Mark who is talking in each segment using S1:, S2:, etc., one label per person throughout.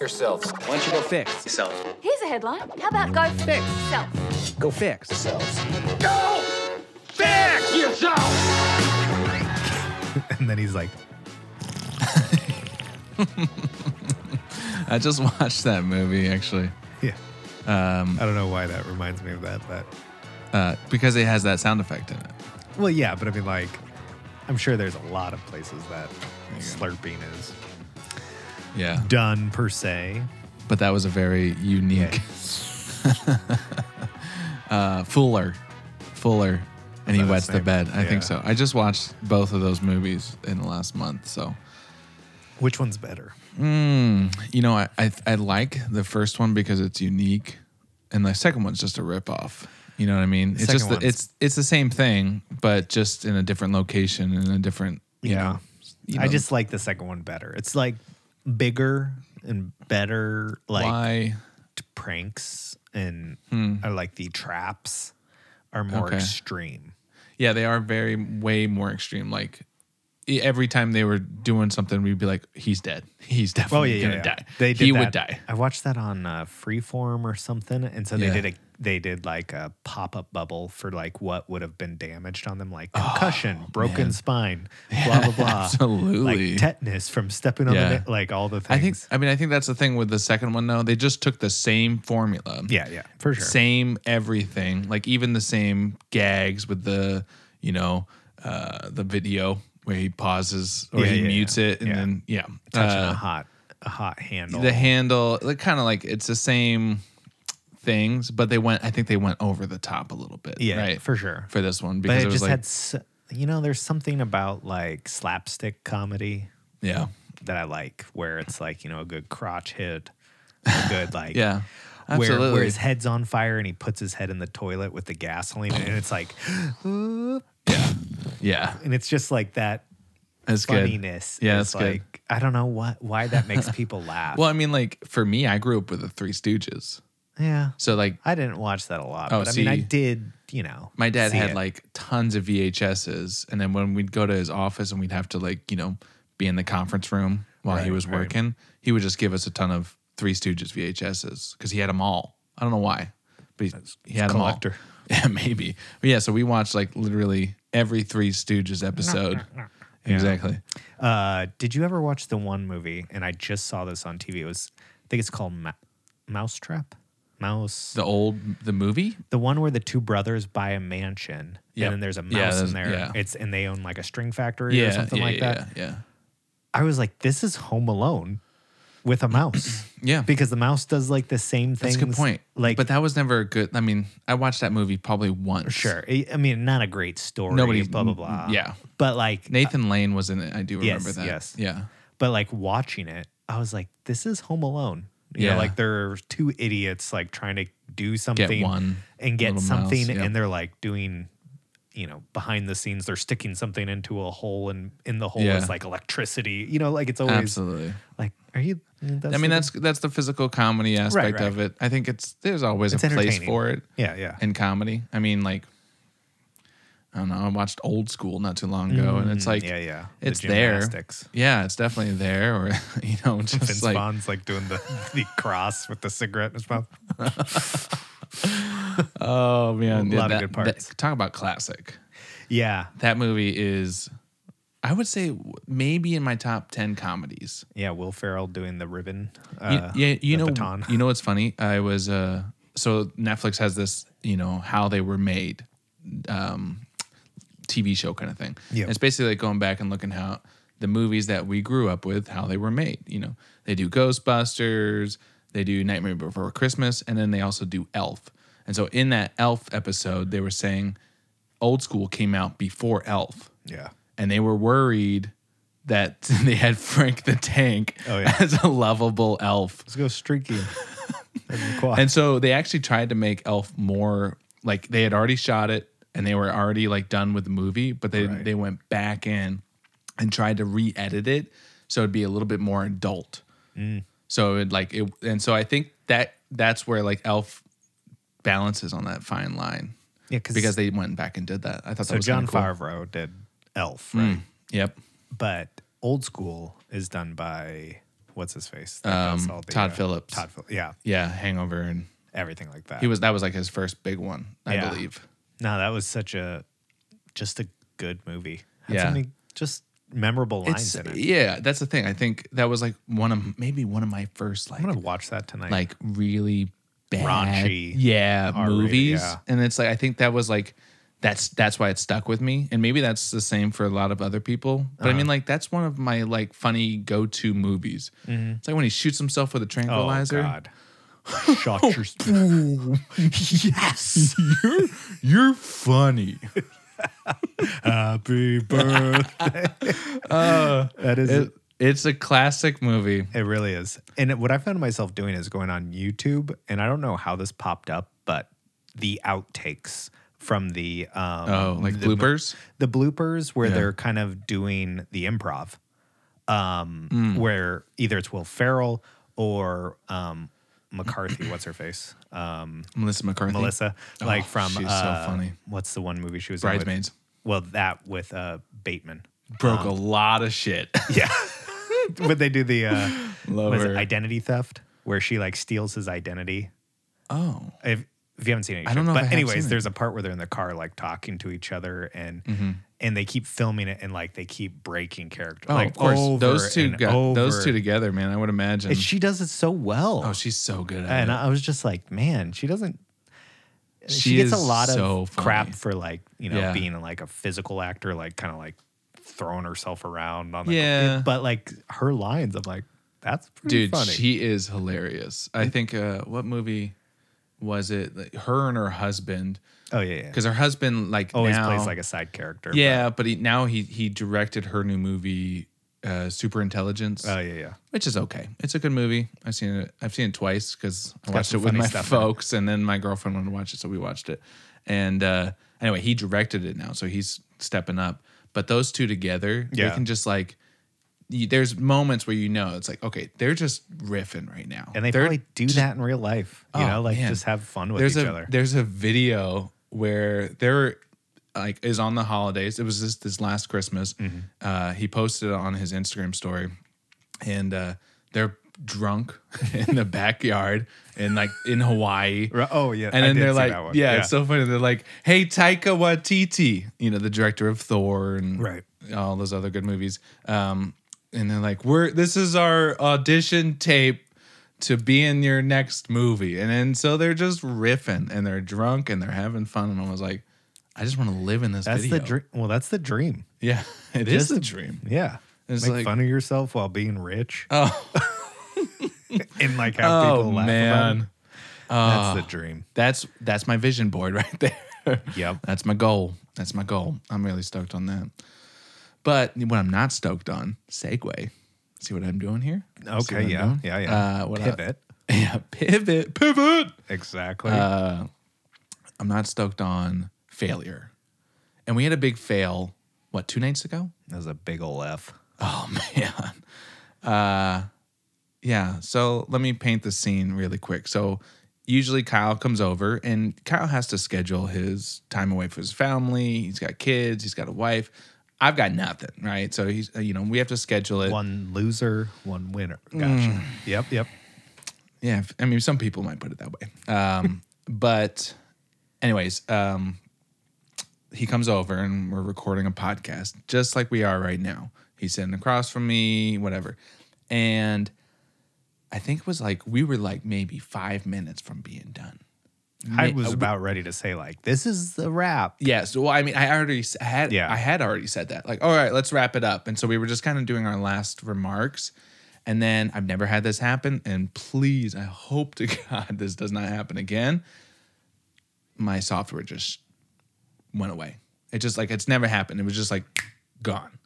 S1: yourselves.
S2: Why don't you go fix
S3: Yourself.
S4: Here's a headline. How about go fix self?
S2: Go fix.
S5: And then he's like,
S6: I just watched that movie actually
S5: yeah. Um, I don't know why that reminds me of that, but
S6: uh, because it has that sound effect in it.
S5: well, yeah, but I mean, like, I'm sure there's a lot of places that slurping is
S6: Yeah,
S5: done per se.
S6: but that was a very unique uh, Fuller, Fuller, and
S5: that
S6: he
S5: his
S6: wets the
S5: name?
S6: bed. I
S5: Yeah.
S6: think so. I just watched both of those movies in the last month, so.
S5: Which one's better?
S6: You know, I, I I like the first one because it's unique, and the second one's just a ripoff. You know what I mean? It's
S5: second
S6: just the,
S5: one's-
S6: it's it's the same thing, but just in a different location and a different. You Know, you
S5: I
S6: know,
S5: just like the second one better. It's like bigger and better, like
S6: why Hmm.
S5: pranks, and I like the traps are more
S6: Okay.
S5: extreme.
S6: Yeah, they are very way more extreme. Like e- every time they were doing something, we'd be like, "He's dead. He's
S5: Oh
S6: definitely
S5: yeah, yeah,
S6: gonna
S5: yeah.
S6: die.
S5: They did
S6: he
S5: that.
S6: would die."
S5: I watched that on uh, Freeform or something, and so they
S6: Yeah.
S5: did a they did like a pop up bubble for like what would have been damaged on them, like
S6: Oh,
S5: concussion, broken spine, blah blah blah,
S6: absolutely.
S5: like tetanus from stepping on
S6: Yeah.
S5: the na- like all the
S6: I
S5: things.
S6: think. I mean, I think that's the thing with the second one. Though they just took the same formula.
S5: yeah, yeah, for sure.
S6: Same everything, like even the same gags with the, you know, uh, the video where he pauses or
S5: Yeah,
S6: he
S5: yeah,
S6: mutes
S5: yeah.
S6: it and
S5: Yeah.
S6: then yeah,
S5: Touching
S6: Uh,
S5: a hot a hot handle.
S6: the handle, like kind of like it's the same things, but they went. I think they went over the top a little bit.
S5: yeah,
S6: right
S5: for sure.
S6: for this one
S5: but
S6: because
S5: it
S6: it was
S5: just
S6: like
S5: had, s you know, there's something about like slapstick comedy
S6: yeah,
S5: that I like, where it's like you know a good crotch hit, a good like
S6: yeah,
S5: where,
S6: absolutely.
S5: where his head's on fire and he puts his head in the toilet with the gasoline and it's like
S6: yeah,
S5: and it's just like that
S6: that's
S5: funniness
S6: good. Yeah,
S5: is
S6: that's good.
S5: like i don't know what why that makes people laugh
S6: Well, I mean, like for me, I grew up with the Three Stooges,
S5: yeah
S6: so like
S5: i didn't watch that a lot
S6: Oh,
S5: but i mean i
S6: see.
S5: did you know
S6: my dad
S5: see
S6: had
S5: it.
S6: like tons of VHSs, and then when we'd go to his office and we'd have to like you know be in the conference room while he
S5: Right,
S6: was
S5: right.
S6: working, he would just give us a ton of Three Stooges VHSs because he had them all. I don't know why, but he, he had them all.
S5: collector.
S6: Yeah, maybe. But yeah, so we watched like literally every Three Stooges episode. Exactly.
S5: uh did you ever watch the one movie and i just saw this on tv it was i think it's called Ma- mousetrap mouse
S6: The old the movie.
S5: The one where the two brothers buy a mansion
S6: Yep.
S5: and then there's a
S6: Yeah,
S5: mouse
S6: there's-
S5: in there.
S6: yeah.
S5: It's and they own like a string factory or something
S6: yeah,
S5: like
S6: yeah,
S5: that.
S6: Yeah, yeah.
S5: I was like, this is Home Alone with a mouse.
S6: Yeah.
S5: Because the mouse does like the same thing.
S6: That's a good point.
S5: Like,
S6: but that was never a good. I mean, I watched that movie probably once.
S5: sure. I I mean, not a great story.
S6: Nobody- mm,
S5: blah, blah, blah.
S6: yeah.
S5: But like,
S6: Nathan Lane was in it. I do
S5: yes,
S6: remember that.
S5: yes.
S6: Yeah.
S5: but like watching it, I was like, this is Home Alone. You know,
S6: Yeah.
S5: like there are two idiots like trying to do something
S6: one
S5: and get
S6: little
S5: something,
S6: mouse, yeah.
S5: and they're like doing, you know, behind the scenes, they're sticking something into a hole, and in the hole
S6: Yeah.
S5: is like electricity. You know, like it's always
S6: Absolutely.
S5: like, are you? That's
S6: I mean, that's that's the physical comedy aspect
S5: right.
S6: of it. I think it's there's always
S5: It's
S6: a place
S5: entertaining.
S6: for it
S5: yeah, yeah.
S6: in comedy. I mean, like I don't know. I watched Old School not too long ago, and it's like
S5: Mm, yeah, yeah. The
S6: it's there.
S5: gymnastics.
S6: Yeah, it's definitely there. Or you know, just
S5: Vince
S6: like
S5: Vaughn's like doing the, the cross with the cigarette in his mouth.
S6: oh man,
S5: lot of good parts.
S6: talk about classic.
S5: Yeah,
S6: That movie is, I would say, w- maybe in my top ten comedies.
S5: yeah. Will Ferrell doing the ribbon.
S6: You-
S5: Uh,
S6: yeah, you
S5: the
S6: know,
S5: baton.
S6: you know what's funny? I was uh, so Netflix has this, you know, how they were made, um, TV show kind of thing.
S5: Yeah.
S6: it's basically like going back and looking how the movies that we grew up with, how they were made. You know, they do Ghostbusters, they do Nightmare Before Christmas, and then they also do Elf. And so in that Elf episode, they were saying Old School came out before Elf
S5: yeah.
S6: and they were worried that they had Frank the Tank
S5: Oh, yeah.
S6: as a lovable elf.
S5: Let's go streaky.
S6: And so they actually tried to make Elf more like they had already shot it and they were already like done with the movie, but they
S5: Right.
S6: they went back in and tried to re-edit it so it'd be a little bit more adult.
S5: Mm.
S6: So it like it and so I think that that's where like Elf balances on that fine line.
S5: Yeah, 'cause-
S6: because they went back and did that. I thought that
S5: so
S6: was
S5: John
S6: kinda cool. Mm.
S5: Favreau did Elf, right?
S6: Yep.
S5: But Old School is done by what's his face? That does
S6: Um,
S5: all uh,
S6: Todd Phillips.
S5: Todd Phillips. Yeah,
S6: Yeah, Hangover, and
S5: everything like that.
S6: he was that was like his first big one, I
S5: Yeah.
S6: believe.
S5: No, that was such a just a good movie. Had
S6: Yeah.
S5: so many just memorable lines
S6: It's e
S5: in it.
S6: yeah, that's the thing. I think that was like one of maybe one of my first like
S5: I'm gonna watch that tonight.
S6: like really bad
S5: Raunchy,
S6: yeah
S5: R-rated,
S6: movies
S5: yeah.
S6: and it's like i think that was like that's that's why it stuck with me and maybe that's the same for a lot of other people but i
S5: Uh-huh.
S6: mean like that's one of my like funny go-to movies it's like when he shoots himself with a
S5: Mm-hmm. oh
S6: tranquilizer
S5: god, shot your yes.
S6: you're funny
S5: Happy birthday. that is
S6: Uh, It- it's a classic movie
S5: It really is. And it- what I found myself doing is going on YouTube, and I don't know how this popped up, but the outtakes from the um,
S6: oh like
S5: the,
S6: bloopers
S5: the bloopers where
S6: Yeah.
S5: they're kind of doing the improv, um,
S6: Mm.
S5: where either it's Will Ferrell or um, McCarthy, what's her face, um,
S6: melissa mccarthy
S5: Melissa,
S6: Oh,
S5: like from
S6: she's so
S5: uh,
S6: funny.
S5: What's the one movie she was
S6: Bridesmaids.
S5: In with, well, that with uh, Bateman.
S6: broke a lot of shit
S5: Yeah. when they do the uh,
S6: Love
S5: was it
S6: her.
S5: identity theft, where she like steals his identity.
S6: oh
S5: If, if you haven't seen it, you
S6: I don't
S5: should.
S6: know if I
S5: But
S6: have seen
S5: anyways,
S6: it.
S5: there's a part where they're in the car like talking to each other, and
S6: Mm-hmm.
S5: and they keep filming it, and like they keep breaking character.
S6: oh
S5: like,
S6: of course
S5: over
S6: those two
S5: and
S6: got those
S5: over.
S6: two together man i would imagine
S5: And she does it so well.
S6: oh she's so good at
S5: and
S6: it
S5: I was just like, man, she doesn't. She,
S6: She
S5: gets a
S6: is
S5: lot of
S6: so funny.
S5: crap for like you know
S6: Yeah.
S5: being like a physical actor, like kind of like throwing herself around on the
S6: Yeah.
S5: But like her lines, I'm like, that's pretty
S6: dude
S5: funny.
S6: she is hilarious i think uh what movie was it Like, her and her husband
S5: oh yeah, yeah.
S6: because her husband like
S5: always
S6: now-
S5: plays like a side character. but-
S6: yeah but he now he he directed her new movie uh super intelligence
S5: Oh yeah, yeah.
S6: which is okay it's a good movie i've seen it i've seen it twice because i
S5: got
S6: watched it
S5: some
S6: with
S5: funny
S6: my
S5: stuff in it.
S6: folks and then my girlfriend wanted to watch it so we watched it and uh anyway he directed it now so he's stepping up but those two together they
S5: Yeah.
S6: can just like you, there's moments where you know it's like okay they're just riffing right now
S5: And they
S6: They're-
S5: probably do that in real life. You
S6: Oh,
S5: know, like
S6: man.
S5: just have fun with
S6: there's
S5: each
S6: a
S5: other.
S6: there's a video where they're like is on the holidays it was this this last christmas
S5: Mm-hmm.
S6: uh he posted it on his instagram story and uh they're drunk in the backyard and like in hawaii
S5: Ru- Oh yeah,
S6: and
S5: I
S6: then
S5: did
S6: they're
S5: see
S6: like,
S5: that one.
S6: yeah, it's so funny. They're like, hey, Taika Waititi, you know, the director of Thor and
S5: Right.
S6: all those other good movies. Um, and they're like, we're this is our audition tape to be in your next movie. And then so they're just riffing and they're drunk and they're having fun. And I was like, I just want to live in this
S5: that's
S6: video.
S5: the dream. Well, that's the dream.
S6: Yeah, it is the dream.
S5: Yeah,
S6: It's
S5: make
S6: like-
S5: fun of yourself while being rich.
S6: Oh.
S5: and like how
S6: Oh
S5: people laugh about it.
S6: man, Ah.
S5: That's the dream.
S6: that's that's my vision board right there.
S5: Yep.
S6: That's my goal. That's my goal. I'm really stoked on that. But what I'm not stoked on, segue. See what I'm doing here? See what
S5: Okay.
S6: I'm
S5: Yeah.
S6: doing?
S5: Yeah. Yeah.
S6: Uh, what I-
S5: Pivot.
S6: yeah. Pivot. Pivot.
S5: Exactly.
S6: Uh, I'm not stoked on failure. And we had a big fail, what, two nights ago?
S5: that was a big ol' F.
S6: Oh, man. Uh, yeah. So let me paint the scene really quick. So usually Kyle comes over and Kyle has to schedule his time away from his family. He's got kids, he's got a wife. I've got nothing, right? So he's, uh, you know, we have to schedule it. Mm.
S5: One loser, one winner. Gotcha. Yep. Yep.
S6: Yeah, if- I mean, some people might put it that way. Um, but, anyways, um, he comes over and we're recording a podcast just like we are right now. He's sitting across from me, whatever. And I think it was like we were like maybe five minutes from being done.
S5: I
S6: Ma-
S5: was about ready to say like, this is the wrap.
S6: Yeah. So well, I mean, I already s- had
S5: Yeah.
S6: I had already said that. Like, all right, let's wrap it up. And so we were just kind of doing our last remarks. And then I've never had this happen. And please, I hope to God this does not happen again. My software just went away. It just like it's never happened. It was just like gone.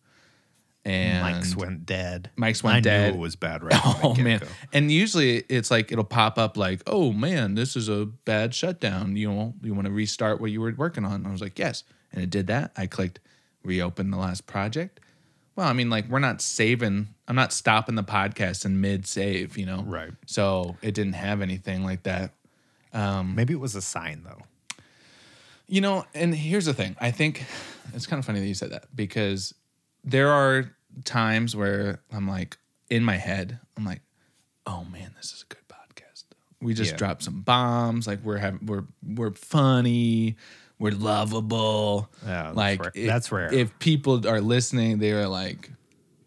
S6: And
S5: Mike's went dead.
S6: Mike's went
S5: I
S6: dead.
S5: Knew it was bad. Right. from
S6: Oh
S5: the
S6: man.
S5: get-go.
S6: And usually it's like it'll pop up like, "Oh man, this is a bad shutdown. You know, you want to restart what you were working on." I was like, "Yes." And it did that. I clicked reopen the last project. Well, I mean, like we're not saving. I'm not stopping the podcast in mid save, you know.
S5: Right.
S6: So, it didn't have anything like that.
S5: Maybe it was a sign though.
S6: You know, and here's the thing. I think it's kind of funny that you said that because there are times where I'm like, in my head, I'm like, oh man, this is a good podcast. We just
S5: Yeah.
S6: dropped some bombs. Like we're having, we're we're funny, we're lovable.
S5: Yeah, that's
S6: like
S5: rare-
S6: if-
S5: that's rare.
S6: If people are listening, they are like,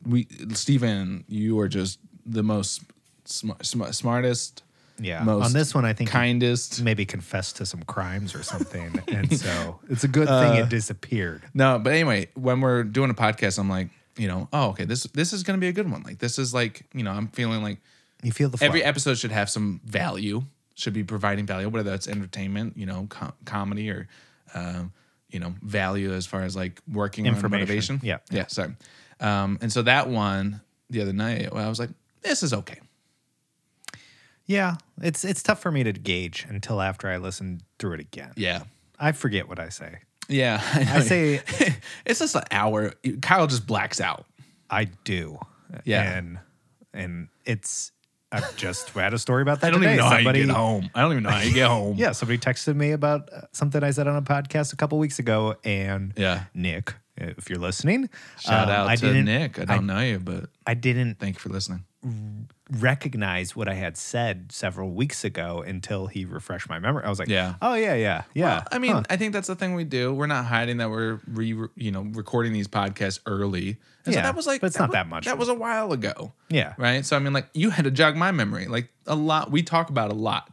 S6: we Stephen, you are just the most sm- sm- smartest.
S5: Yeah.
S6: most
S5: On this one, I think he
S6: kindest.
S5: maybe confessed to some crimes or something, and so it's a good
S6: Uh,
S5: thing it disappeared.
S6: No, but anyway, when we're doing a podcast, I'm like, you know, oh, okay, this this is gonna be a good one. Like this is like, you know, I'm feeling like
S5: You feel the flow.
S6: every episode should have some value, should be providing value, whether that's entertainment, you know, com- comedy or, um, you know, value as far as like working on
S5: Information.
S6: motivation.
S5: Yeah.
S6: yeah, sorry. Um, and so that one the other night, I was like, this is okay.
S5: yeah, it's it's tough for me to gauge until after I listen through it again.
S6: Yeah,
S5: I forget what I say.
S6: yeah.
S5: I say
S6: it's just an hour. Kyle just blacks out.
S5: I do.
S6: Yeah.
S5: and and it's I've just had a story about that.
S6: I don't
S5: today.
S6: even know
S5: somebody,
S6: how you get home. I don't even know how you get home.
S5: Yeah, somebody texted me about uh, something I said on a podcast a couple weeks ago, and
S6: Yeah.
S5: Nick, if you're listening,
S6: Shout
S5: um,
S6: out
S5: I
S6: to
S5: didn't-
S6: Nick. I don't know you, but
S5: I didn't
S6: thank you for listening.
S5: recognize what I had said several weeks ago until he refreshed my memory. I was like,
S6: Yeah.
S5: oh yeah, yeah, yeah.
S6: Uh, I mean,
S5: huh.
S6: I think that's the thing we do. We're not hiding that we're re, you know, recording these podcasts early. And
S5: Yeah,
S6: so that was like
S5: but it's not
S6: wa-
S5: that much.
S6: That was a while ago.
S5: Yeah.
S6: Right. So I mean, like you had to jog my memory. Like a lot we talk about a lot,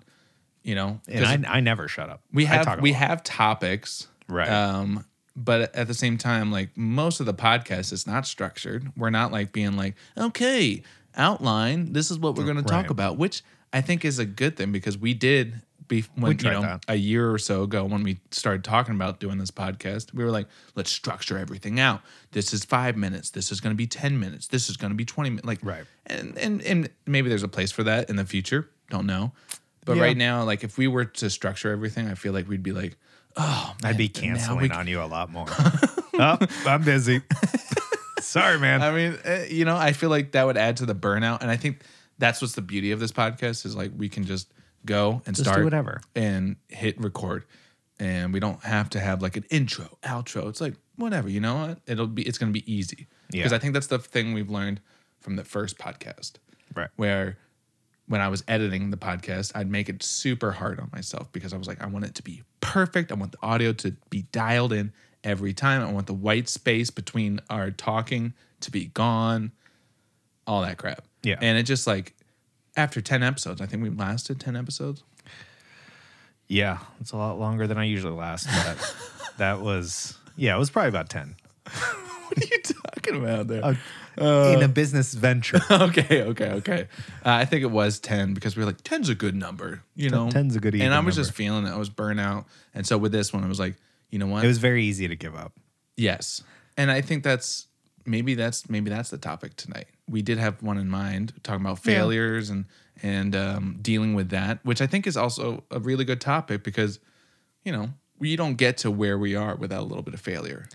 S6: you know. 'cause
S5: and I, I never shut up.
S6: we
S5: I
S6: have
S5: talk a
S6: we
S5: lot.
S6: have topics.
S5: Right.
S6: Um, but at the same time, like most of the podcast is not structured. We're not like being like, okay, outline, this is what we're gonna talk
S5: Right.
S6: about, which I think is a good thing because we did be when you
S5: tried
S6: know
S5: that.
S6: a year or so ago when we started talking about doing this podcast, we were like, let's structure everything out. This is five minutes, this is gonna be ten minutes, this is gonna be twenty minutes. Like
S5: Right.
S6: and and and maybe there's a place for that in the future. Don't know. But
S5: Yeah.
S6: right now, like if we were to structure everything, I feel like we'd be like, oh, man,
S5: I'd be
S6: now
S5: canceling
S6: we-
S5: on you a lot more. oh, I'm busy. Sorry, man.
S6: I mean, eh, you know, I feel like that would add to the burnout, and I think that's what's the beauty of this podcast is like we can just go and
S5: Just do
S6: start
S5: whatever.
S6: and hit record, and we don't have to have like an intro, outro. It's like whatever, you know what? It'll be it's gonna be easy
S5: Yeah.
S6: because I think that's the thing we've learned from the first podcast.
S5: right.
S6: where when I was editing the podcast, I'd make it super hard on myself because I was like, I want it to be perfect. I want the audio to be dialed in every time. I want the white space between our talking to be gone, all that crap.
S5: Yeah.
S6: And it just like, after 10 episodes, I think we lasted 10 episodes.
S5: Yeah, it's a lot longer than I usually last, but that was yeah, it was probably about ten.
S6: What are you talking about there?
S5: In a business venture,
S6: okay, okay, okay. Uh, I think it was 10 because we were like, 10's a good number, you know?
S5: 10's a good even
S6: And I was just feeling it. I was burnout. And so with this one, I was like, you know what?
S5: it was very easy to give up.
S6: Yes. And I think that's maybe that's maybe that's the topic tonight. We did have one in mind talking about failures and and um, dealing with that, which I think is also a really good topic because you know we don't get to where we are without a little bit of failure.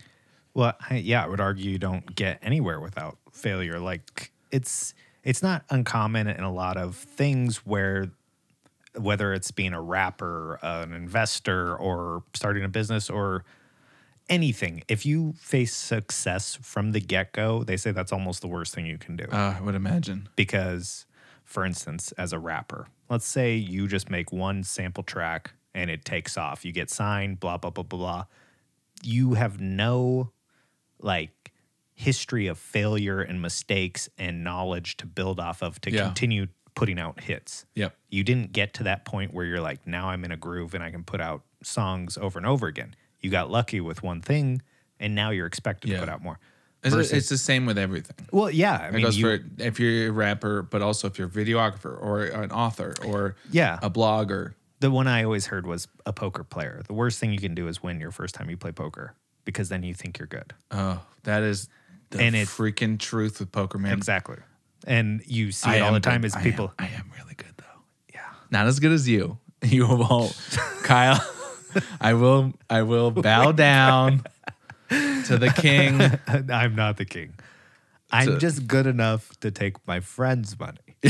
S5: Well, I, yeah, I would argue you don't get anywhere without failure. Like it's it's not uncommon in a lot of things where whether it's being a rapper, an investor, or starting a business or anything, if you face success from the get go, they say that's almost the worst thing you can do.
S6: Uh, I would imagine.
S5: because for instance as a rapper let's say you just make one sample track and it takes off you get signed blah blah blah blah blah you have no like history of failure and mistakes and knowledge to build off of to
S6: Yeah.
S5: continue putting out hits
S6: Yep.
S5: you didn't get to that point where you're like now i'm in a groove and i can put out songs over and over again you got lucky with one thing and now you're expected
S6: Yeah.
S5: to put out more
S6: It's,
S5: Versus-
S6: it's the same with everything.
S5: well yeah i
S6: It
S5: mean
S6: goes
S5: you-
S6: for if you're a rapper, but also if you're a videographer or an author or
S5: Yeah.
S6: a blogger.
S5: The one I always heard was a poker player. The worst thing you can do is win your first time you play poker because then you think you're good.
S6: Oh, that is the
S5: And it-
S6: freaking truth with poker, man.
S5: Exactly. And you see
S6: I
S5: it all
S6: am
S5: the time
S6: good.
S5: is
S6: I am-
S5: people.
S6: I am, really good though. Yeah. Not as good as you. You of all, Kyle. I will. I will bow down to the king.
S5: I'm not the king. I'm
S6: a-
S5: just good enough to take my friend's money.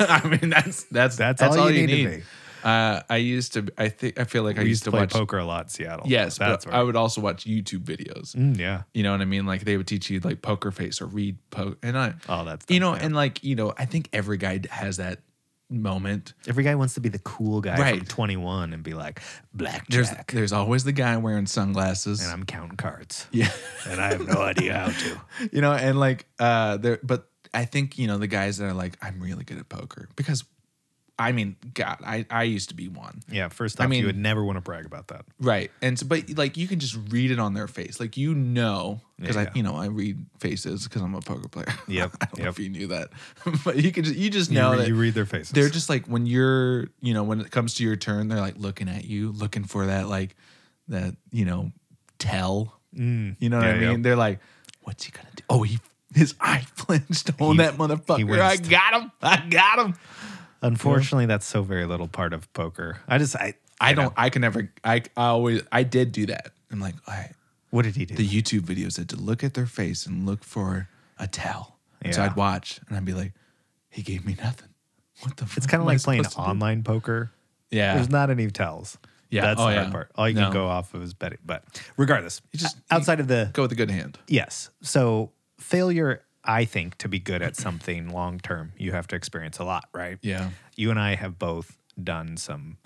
S6: I mean, that's that's
S5: That's all you need to be.
S6: Uh, I used to. I think I feel like I
S5: We used to play
S6: watch
S5: poker a lot in Seattle.
S6: Yes,
S5: that's
S6: but
S5: where.
S6: I would also watch YouTube videos.
S5: Mm, yeah,
S6: You know what I mean? Like they would teach you like poker face or read poker, and I,
S5: all that. Stuff,
S6: you know,
S5: yeah.
S6: and like you know, I think every guy has that moment.
S5: every guy wants to be the cool guy from
S6: Right.
S5: 21 and be like
S6: There's
S5: blackjack,
S6: there's always the guy wearing sunglasses.
S5: and I'm counting cards,
S6: yeah,
S5: and I have no idea how to.
S6: you know, and like uh, there, but I think you know the guys that are like, I'm really good at poker because, I mean, God, I I used to be one.
S5: Yeah, first off,
S6: mean-
S5: you would never want to brag about that.
S6: Right. And so, but like you can just read it on their face. Like you know, because I,
S5: Yeah.
S6: you know, I read faces because I'm a poker player.
S5: Yep,
S6: I don't know
S5: yep.
S6: if you knew that, but you can just, you just
S5: You
S6: know
S5: re-
S6: that
S5: you read their faces.
S6: They're just like when you're, you know, when it comes to your turn, they're like looking at you, looking for that, like that, you know, tell. you know what I
S5: Mm. yeah,
S6: mean?
S5: yeah.
S6: They're like, what's he gonna do? Oh, he. His eye flinched on that motherfucker. I
S5: winced.
S6: got him. I got him.
S5: Unfortunately, that's so very little part of poker. I just, I,
S6: I don't. I can never. I, I always. I did do that. I'm like, all right.
S5: What did he do?
S6: the YouTube videos had to look at their face and look for a tell. And So
S5: Yeah.
S6: I'd watch and I'd be like, he gave me nothing. What the fuck?
S5: it's kind of
S6: am I
S5: like playing
S6: supposed to do?
S5: online poker.
S6: Yeah.
S5: There's not any tells.
S6: Yeah.
S5: That's
S6: Oh,
S5: the
S6: yeah.
S5: hard part. All you
S6: No.
S5: can go off of is betting. But regardless,
S6: just-
S5: o- outside of the
S6: Go with a good hand.
S5: yes. So failure, I think, to be good at something long term, you have to experience a lot, right?
S6: Yeah.
S5: You and I have both done some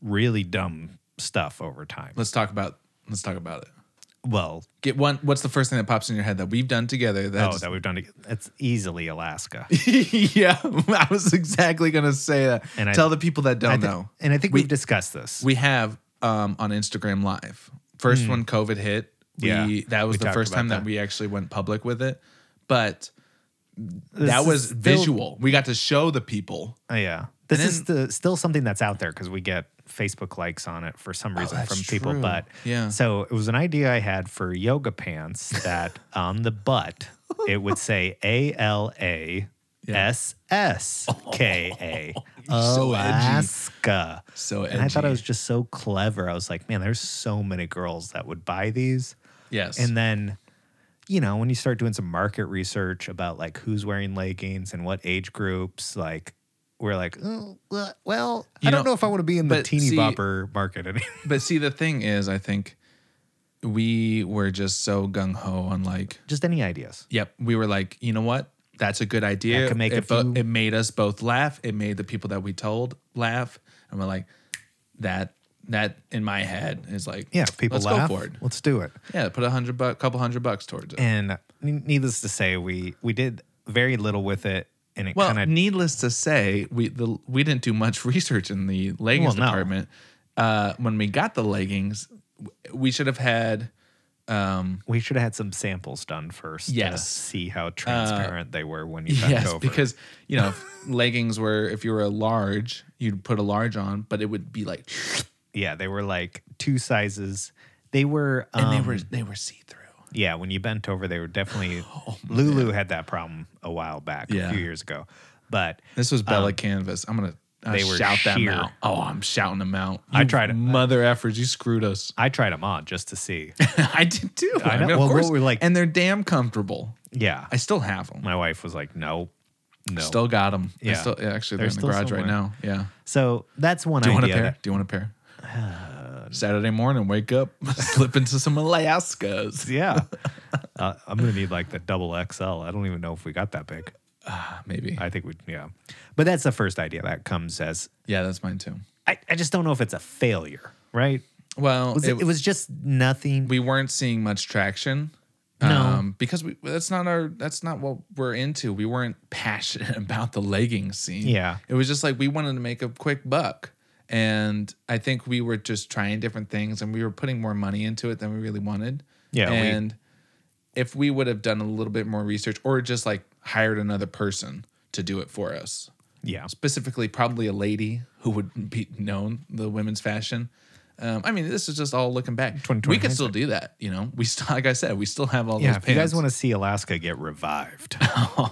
S5: really dumb stuff over time.
S6: Let's talk about let's talk about it.
S5: well,
S6: Get one what's the first thing that pops in your head that we've done together
S5: oh,
S6: that's
S5: that we've done. to- It's easily Alaska.
S6: Yeah. I was exactly gonna say that.
S5: And I-
S6: Tell the people that don't
S5: I thi-
S6: know.
S5: And I think
S6: We-
S5: we, have discussed this.
S6: We have um, on Instagram Live. First when COVID hit, we
S5: Hmm. Yeah,
S6: that was
S5: we
S6: the
S5: talked
S6: first
S5: about
S6: time that.
S5: that.
S6: we actually went public with it. But
S5: This
S6: that
S5: is
S6: was
S5: still-
S6: visual. We got to show the people.
S5: Oh, yeah. This is the, still something that's out there because we get Facebook likes on it for some reason
S6: Oh, that's
S5: from people.
S6: true.
S5: But
S6: Yeah.
S5: So it was an idea I had for yoga pants that on the butt it would say A L A S S K A
S6: so edgy.
S5: Alaska.
S6: So
S5: and I thought it
S6: edgy.
S5: was just so clever. I was like, man, there's so many girls that would buy these.
S6: Yes.
S5: And then, you know, when you start doing some market research about like who's wearing leggings and what age groups, like we're like, oh, well- well,
S6: You
S5: I don't
S6: know,
S5: know if I want to be in the
S6: but
S5: teeny
S6: see-
S5: bopper market anymore.
S6: but see, the thing is, I think we were just so gung ho on like,
S5: Just any ideas.
S6: yep, we were like, you know what? That's a good idea.
S5: That could make
S6: it,
S5: a
S6: bo-
S5: few-
S6: it made us both laugh. It made the people that we told laugh. And we're like, that that in my head is like,
S5: Yeah, if people
S6: let's
S5: laugh.
S6: go for it.
S5: Let's do it.
S6: Yeah, put a hundred buck, couple hundred bucks towards it.
S5: And n- needless to say, we we did very little with it, and it
S6: Well,
S5: kind of
S6: needless to say, we the, we didn't do much research in the leggings
S5: Well, no.
S6: department. Uh, when we got the leggings, w- we should have had uh,
S5: we should have had some samples done first. to
S6: Yes. Uh,
S5: see how transparent they were when you bent
S6: yes
S5: over.
S6: because you know if leggings were if you were a large, you'd put a large on, but it would be like
S5: yeah, they were like two sizes. They were um,
S6: and they were they were see through.
S5: Yeah, when you bent over, they were definitely. Lulu had that problem a while back,
S6: Oh, Yeah.
S5: a few years ago. But
S6: This was Bella Canvas. I'm gonna uh,
S5: they were
S6: shout them
S5: sheer.
S6: out. Oh, I'm shouting them out.
S5: I
S6: You
S5: tried-
S6: mother effers. You screwed us.
S5: I tried them on just to see.
S6: I did too.
S5: I know. Well, what we're like-
S6: and they're damn comfortable.
S5: Yeah,
S6: I still have them.
S5: my wife was like, "No, no."
S6: Still got them. Yeah.
S5: Yeah.
S6: Still, yeah, actually, they're,
S5: They're
S6: in the
S5: still
S6: garage right
S5: somewhere.
S6: now. Yeah.
S5: so that's one
S6: Do you want a
S5: idea.
S6: pair?
S5: that-
S6: Do you want a pair?
S5: Uh,
S6: Saturday morning, wake up, slip into some Alaskas.
S5: yeah, uh, I'm gonna need like the double XL. I don't even know if we got that big.
S6: Maybe.
S5: I think we, yeah. But that's the first idea that comes as.
S6: yeah, that's mine too.
S5: I, I just don't know if it's a failure, right?
S6: Well,
S5: Was it, it, was just nothing.
S6: we weren't seeing much traction. Um,
S5: No.
S6: because we, that's not our that's not what we're into. We weren't passionate about the legging scene.
S5: Yeah.
S6: It was just like we wanted to make a quick buck. And I think we were just trying different things and we were putting more money into it than we really wanted.
S5: Yeah, we-
S6: And if we would have done a little bit more research or just like hired another person to do it for us,
S5: yeah,
S6: specifically probably a lady who would be known the women's fashion. Um, I mean, this is just all looking back.
S5: 2020
S6: We could still do that, you know. We still, like I said, we still have all
S5: yeah.
S6: those
S5: If
S6: pants.
S5: you guys want to see Alaska get revived,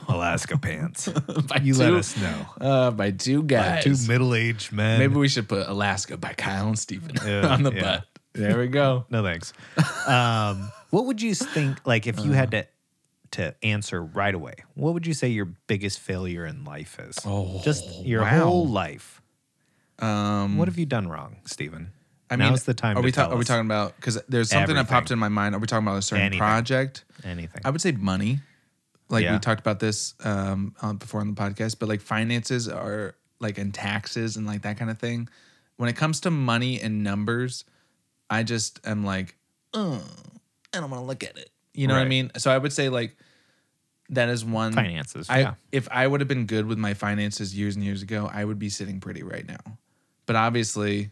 S5: Alaska pants.
S6: By
S5: You let
S6: two-
S5: us know.
S6: uh, by two guys,
S5: Two middle-aged men.
S6: maybe we should put Alaska by Kyle and Steven
S5: Yeah,
S6: on the
S5: yeah.
S6: butt. There we go.
S5: no thanks. Um, what would you think? Like, if you had to to answer right away, what would you say your biggest failure in life is?
S6: Oh,
S5: just your
S6: wow. Um,
S5: whole life. what have you done wrong, Stephen?
S6: I mean,
S5: now's the time.
S6: Are
S5: to
S6: we
S5: tell
S6: talking? Are we
S5: us
S6: talking about? Because there's something that popped
S5: Everything.
S6: in my mind. Are we talking about a certain
S5: Anything.
S6: project?
S5: anything?
S6: I would say money. Like
S5: Yeah.
S6: we talked about this um, on, before on the podcast, but like finances are like and taxes and like that kind of thing. When it comes to money and numbers, I just am like, oh, I don't want to look at it. You know what I
S5: Right.
S6: mean? So I would say like that is one
S5: Finances,
S6: Mm, I
S5: yeah.
S6: if I would have been good with my finances years and years ago, I would be sitting pretty right now. But obviously,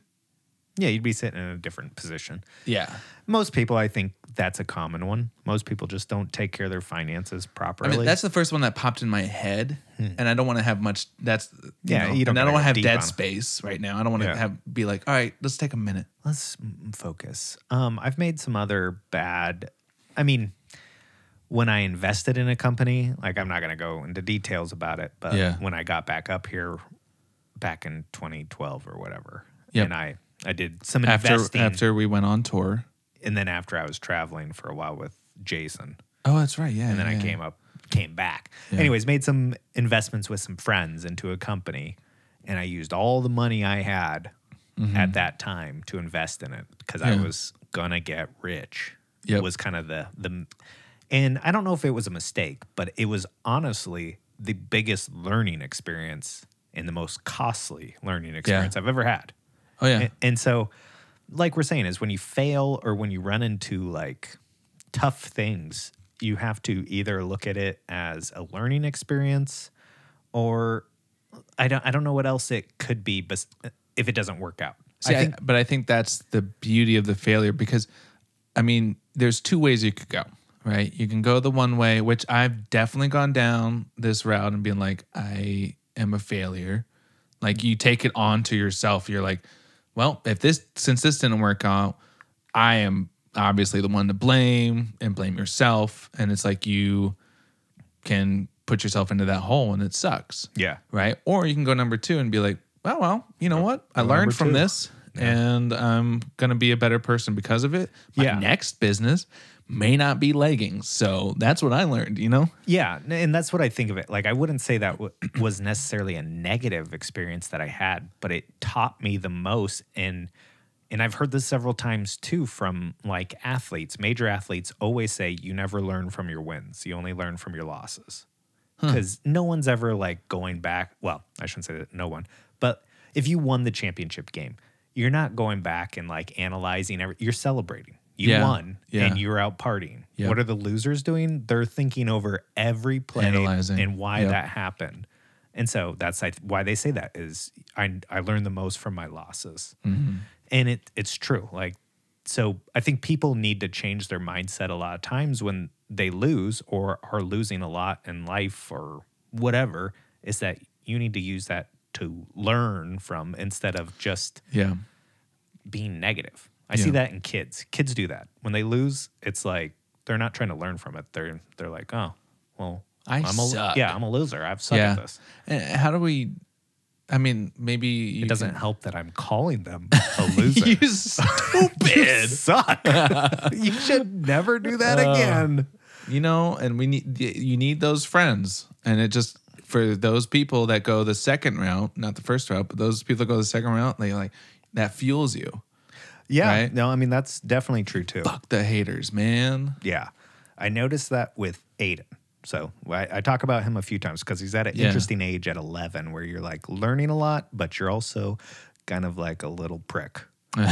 S5: yeah, you'd be sitting in a different position.
S6: yeah.
S5: Most people, I think, that's a common one. Most people just don't take care of their finances properly.
S6: I mean, that's the first one that popped in my head, and I don't want to have much. That's
S5: Hmm. Yeah,
S6: You know,
S5: you don't
S6: and I
S5: gotta
S6: don't
S5: go
S6: want to have
S5: deep
S6: dead
S5: on it.
S6: space right now. I don't want to
S5: Yeah.
S6: have be like, all right, let's take a minute.
S5: let's mm, focus. Um, I've made some other bad. I mean, when I invested in a company, like I'm not going to go into details about it, but
S6: Yeah.
S5: when I got back up here, back in 2012 or whatever,
S6: Yep.
S5: and I I did some
S6: After
S5: investing,
S6: after we went on tour.
S5: and then after I was traveling for a while with Jason,
S6: Oh, that's right. Yeah,
S5: and then I came up, came back. Anyways, made some investments with some friends into a company, and I used all the money I had at that time to invest in it because I
S6: Mm-hmm. Yeah.
S5: was gonna get rich.
S6: Yep.
S5: Was kind of the the, and I don't know if it was a mistake, but it was honestly the biggest learning experience and the most costly learning experience I've ever had.
S6: Oh yeah,
S5: And, and so, like we're saying, is when you fail or when you run into like tough things, you have to either look at it as a learning experience or I don't I don't know what else it could be bes- if it doesn't work out.
S6: See,
S5: I
S6: I
S5: think
S6: but I think that's the beauty of the failure because, I mean, there's two ways you could go, right? You can go the one way, which I've definitely gone down this route and being like, I am a failure. Like you take it on to yourself. You're like, well, if this since this didn't work out, I am obviously the one to blame and blame yourself. And it's like you can put yourself into that hole and it sucks
S5: yeah.
S6: right? Or you can go number two and be like, well, well, you know what? I
S5: number
S6: learned from
S5: two.
S6: this, and I'm gonna be a better person because of it. My
S5: Yeah.
S6: next business may not be leggings, so that's what I learned. You know?
S5: Yeah, n- and that's what I think of it. Like I wouldn't say that w- was necessarily a negative experience that I had, but it taught me the most and and I've heard this several times too from like athletes, major athletes always say you never learn from your wins, you only learn from your losses. Cuz no one's ever like going back, well, I shouldn't say that no one, but if you won the championship game, you're not going back and like analyzing every you're celebrating. You
S6: Yeah,
S5: won
S6: yeah.
S5: and you you're out partying.
S6: Yep.
S5: What are the losers doing? They're thinking over every play
S6: Analyzing.
S5: and why
S6: Yep.
S5: that happened. And so that's I- why they say that is I I learned the most from my losses,
S6: Mm-hmm.
S5: and it it's true. Like so, I think people need to change their mindset a lot of times when they lose or are losing a lot in life or whatever. Is that you need to use that to learn from instead of just
S6: Yeah.
S5: being negative. I
S6: Yeah.
S5: see that in kids. Kids do that. When they lose, it's like they're not trying to learn from it. They're they're like, oh, well,
S6: I
S5: am
S6: suck.
S5: A, yeah, I'm a loser. I've sucked
S6: Yeah.
S5: at this.
S6: And How do we? I mean, maybe you
S5: It doesn't
S6: can-
S5: help that I'm calling them a loser.
S6: you stupid.
S5: suck. you should never do that
S6: Uh,
S5: again.
S6: you know and we need you need those friends and it just for those people that go the second route not the first route but those people that go the second route they like that fuels you
S5: Yeah.
S6: right?
S5: No, I mean that's definitely true too.
S6: fuck the haters man
S5: Yeah. I noticed that with Aiden. So I, I talk about him a few times because he's at an
S6: Yeah.
S5: interesting age at 11 where you're like learning a lot, but you're also kind of like a little prick.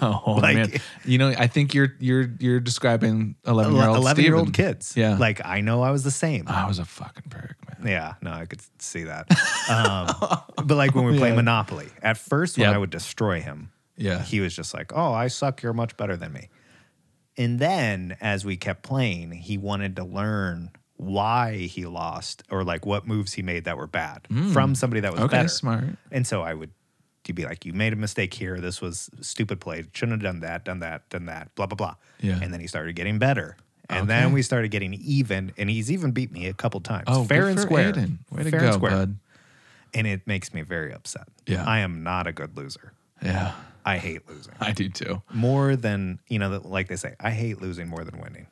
S6: Oh
S5: Like-
S6: man, you know, I think you're you're you're describing eleven year old
S5: 11 year old kids.
S6: Yeah, Uh,
S5: Like I know I was the same.
S6: I was a fucking prick, man.
S5: Yeah, no, I could see that. Um, but like when we play
S6: Yeah.
S5: Monopoly, at first when
S6: Yep.
S5: I would destroy him,
S6: Yeah,
S5: he was just like, "Oh, I suck. You're much better than me." And then as we kept playing, he wanted to learn why he lost or like what moves he made that were bad from somebody that was
S6: Hmm. Okay,
S5: better.
S6: smart.
S5: And so I would you'd be like, "You made a mistake here. This was stupid play. Shouldn't have done that. Done that. Done that. Blah blah blah."
S6: Yeah.
S5: And then he started getting better. And
S6: Okay.
S5: then we started getting even, and he's even beat me a couple times.
S6: oh,
S5: fair
S6: good
S5: and
S6: for
S5: square.
S6: Aiden. Way to
S5: fair
S6: go,
S5: and square.
S6: bud.
S5: And it makes me very upset.
S6: Yeah.
S5: I am not a good loser.
S6: Yeah,
S5: I hate losing
S6: I do too.
S5: more than you know like they say i hate losing more than winning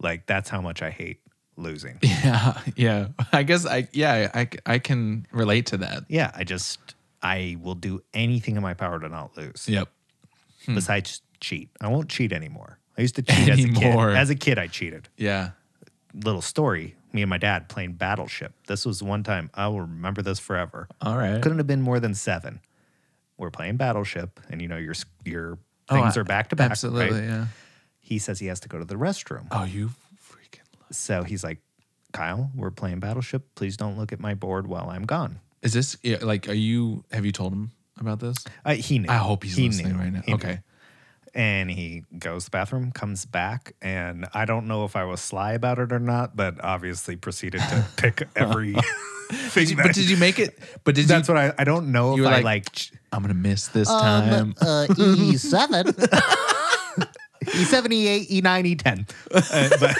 S5: like that's how much i hate losing
S6: Yeah, yeah. I guess I yeah I I can relate to that.
S5: yeah i just I will do anything in my power to not lose.
S6: Yep. Hmm.
S5: Besides cheat, I won't cheat anymore. I used to cheat
S6: Anymore.
S5: as a kid. As a kid, I cheated.
S6: Yeah.
S5: Little story: me and my dad playing Battleship. This was one time I will remember this forever.
S6: All right.
S5: Couldn't have been more than seven. We're playing Battleship, and you know your s- your things
S6: Oh, I-
S5: are back to back.
S6: Absolutely.
S5: right?
S6: Yeah.
S5: He says he has to go to the restroom.
S6: Oh, you freaking. Love.
S5: So he's like, Kyle, we're playing Battleship. Please don't look at my board while I'm gone.
S6: Is this yeah, like? Are you? Have you told him about this?
S5: Uh, he knew.
S6: I hope he's
S5: He
S6: listening
S5: knew.
S6: right now.
S5: He knew.
S6: okay.
S5: And he goes to the bathroom, comes back, and I don't know if I was sly about it or not, but obviously proceeded to pick every thing.
S6: Did you-
S5: that-
S6: but did you make it? But did
S5: that's
S6: you?
S5: what I, I don't know
S6: You
S5: if
S6: were
S5: I
S6: like-
S5: like ch-
S6: I'm gonna miss this time.
S5: uh, E7. E7, E8, E9, E10. E Uh, but,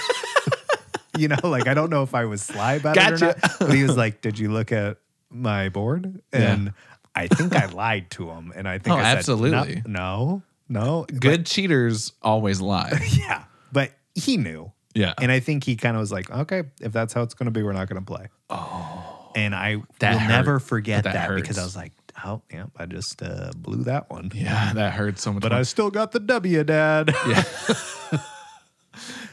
S5: you know, like, I don't know if I was sly about it
S6: Gotcha.
S5: or not. But he was like, Did you look at my board? And
S6: Yeah.
S5: I think I lied to him. And I think
S6: Oh,
S5: I said,
S6: absolutely.
S5: No, no. no.
S6: Good cheaters always lie.
S5: But- yeah. But he knew.
S6: Yeah.
S5: And I think he kind of was like, Okay, if that's how it's going to be, we're not going to play. Oh. And I
S6: That
S5: will
S6: hurt.
S5: never forget
S6: That
S5: that, because
S6: hurts.
S5: I was like, Oh, yeah, I just uh, blew that one.
S6: yeah, that hurts so much.
S5: But
S6: more.
S5: I still got the W, Dad.
S6: Yeah.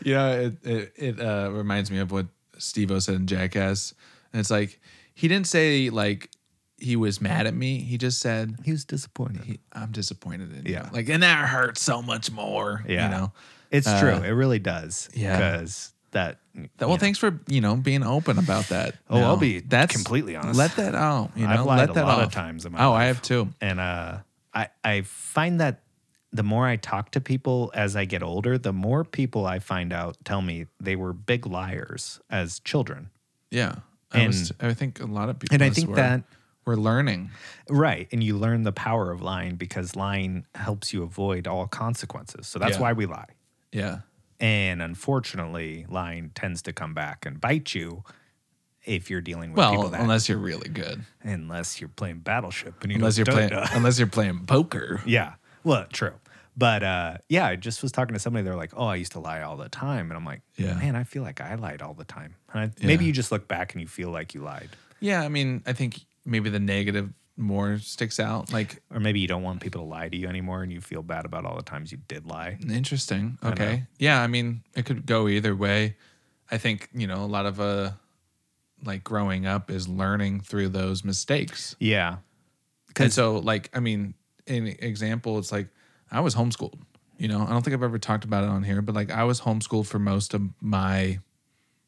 S6: you know, it it, it uh, reminds me of what Steve O said in Jackass. And it's like he didn't say like he was mad at me. He just said
S5: He was disappointed.
S6: he, I'm disappointed in
S5: Yeah.
S6: you. Like and that hurts so much more.
S5: Yeah.
S6: You know.
S5: it's
S6: Uh,
S5: true. It really does.
S6: yeah.
S5: Because that.
S6: That, well, thanks for you know being open about that.
S5: Oh, I'll
S6: No,
S5: be completely honest.
S6: Let that out. You know,
S5: I've lied
S6: let
S5: a
S6: that
S5: lot of
S6: off.
S5: times in my
S6: Oh,
S5: life.
S6: I have too.
S5: And uh, I I find that the more I talk to people as I get older, the more people I find out tell me they were big liars as children.
S6: Yeah. I
S5: And-
S6: was. I think a lot of people.
S5: and I
S6: is
S5: think
S6: where
S5: that-
S6: we're learning.
S5: Right. And you learn the power of lying because lying helps you avoid all consequences. So that's
S6: Yeah.
S5: why we lie.
S6: Yeah.
S5: And unfortunately, lying tends to come back and bite you if you're dealing with people
S6: Well,
S5: that
S6: unless you're really good.
S5: unless you're playing Battleship and you
S6: unless
S5: know, don't-
S6: you're playing
S5: uh,
S6: unless you're playing poker.
S5: yeah, well, true. But uh, yeah, I just was talking to somebody. They're like, "Oh, I used to lie all the time," and I'm like,
S6: Yeah.
S5: man, I feel like I lied all the time." And I, maybe you just look back and you feel like you lied,
S6: Yeah, I mean, I think maybe the negative more sticks out. Like
S5: or maybe you don't want people to lie to you anymore, and you feel bad about all the times you did lie.
S6: interesting. Okay. yeah, I mean, it could go either way. I think, you know, a lot of uh like growing up is learning through those mistakes.
S5: Yeah,
S6: And so like, I mean, an example, it's like I was homeschooled. You know, I don't think I've ever talked about it on here, but like I was homeschooled for most of my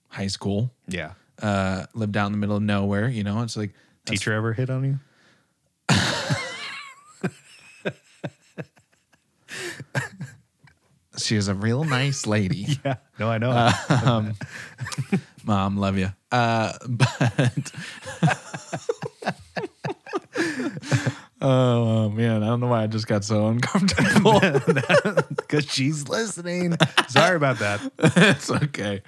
S6: high school.
S5: yeah.
S6: Uh lived out in the middle of nowhere, you know. It's like that's
S5: Teacher ever hit on you?
S6: She is a real nice lady.
S5: Yeah. No, I know.
S6: Mom, love you. Uh, but oh man, I don't know why I just got so uncomfortable.
S5: Because Uh, she's listening. Sorry about that.
S6: it's okay.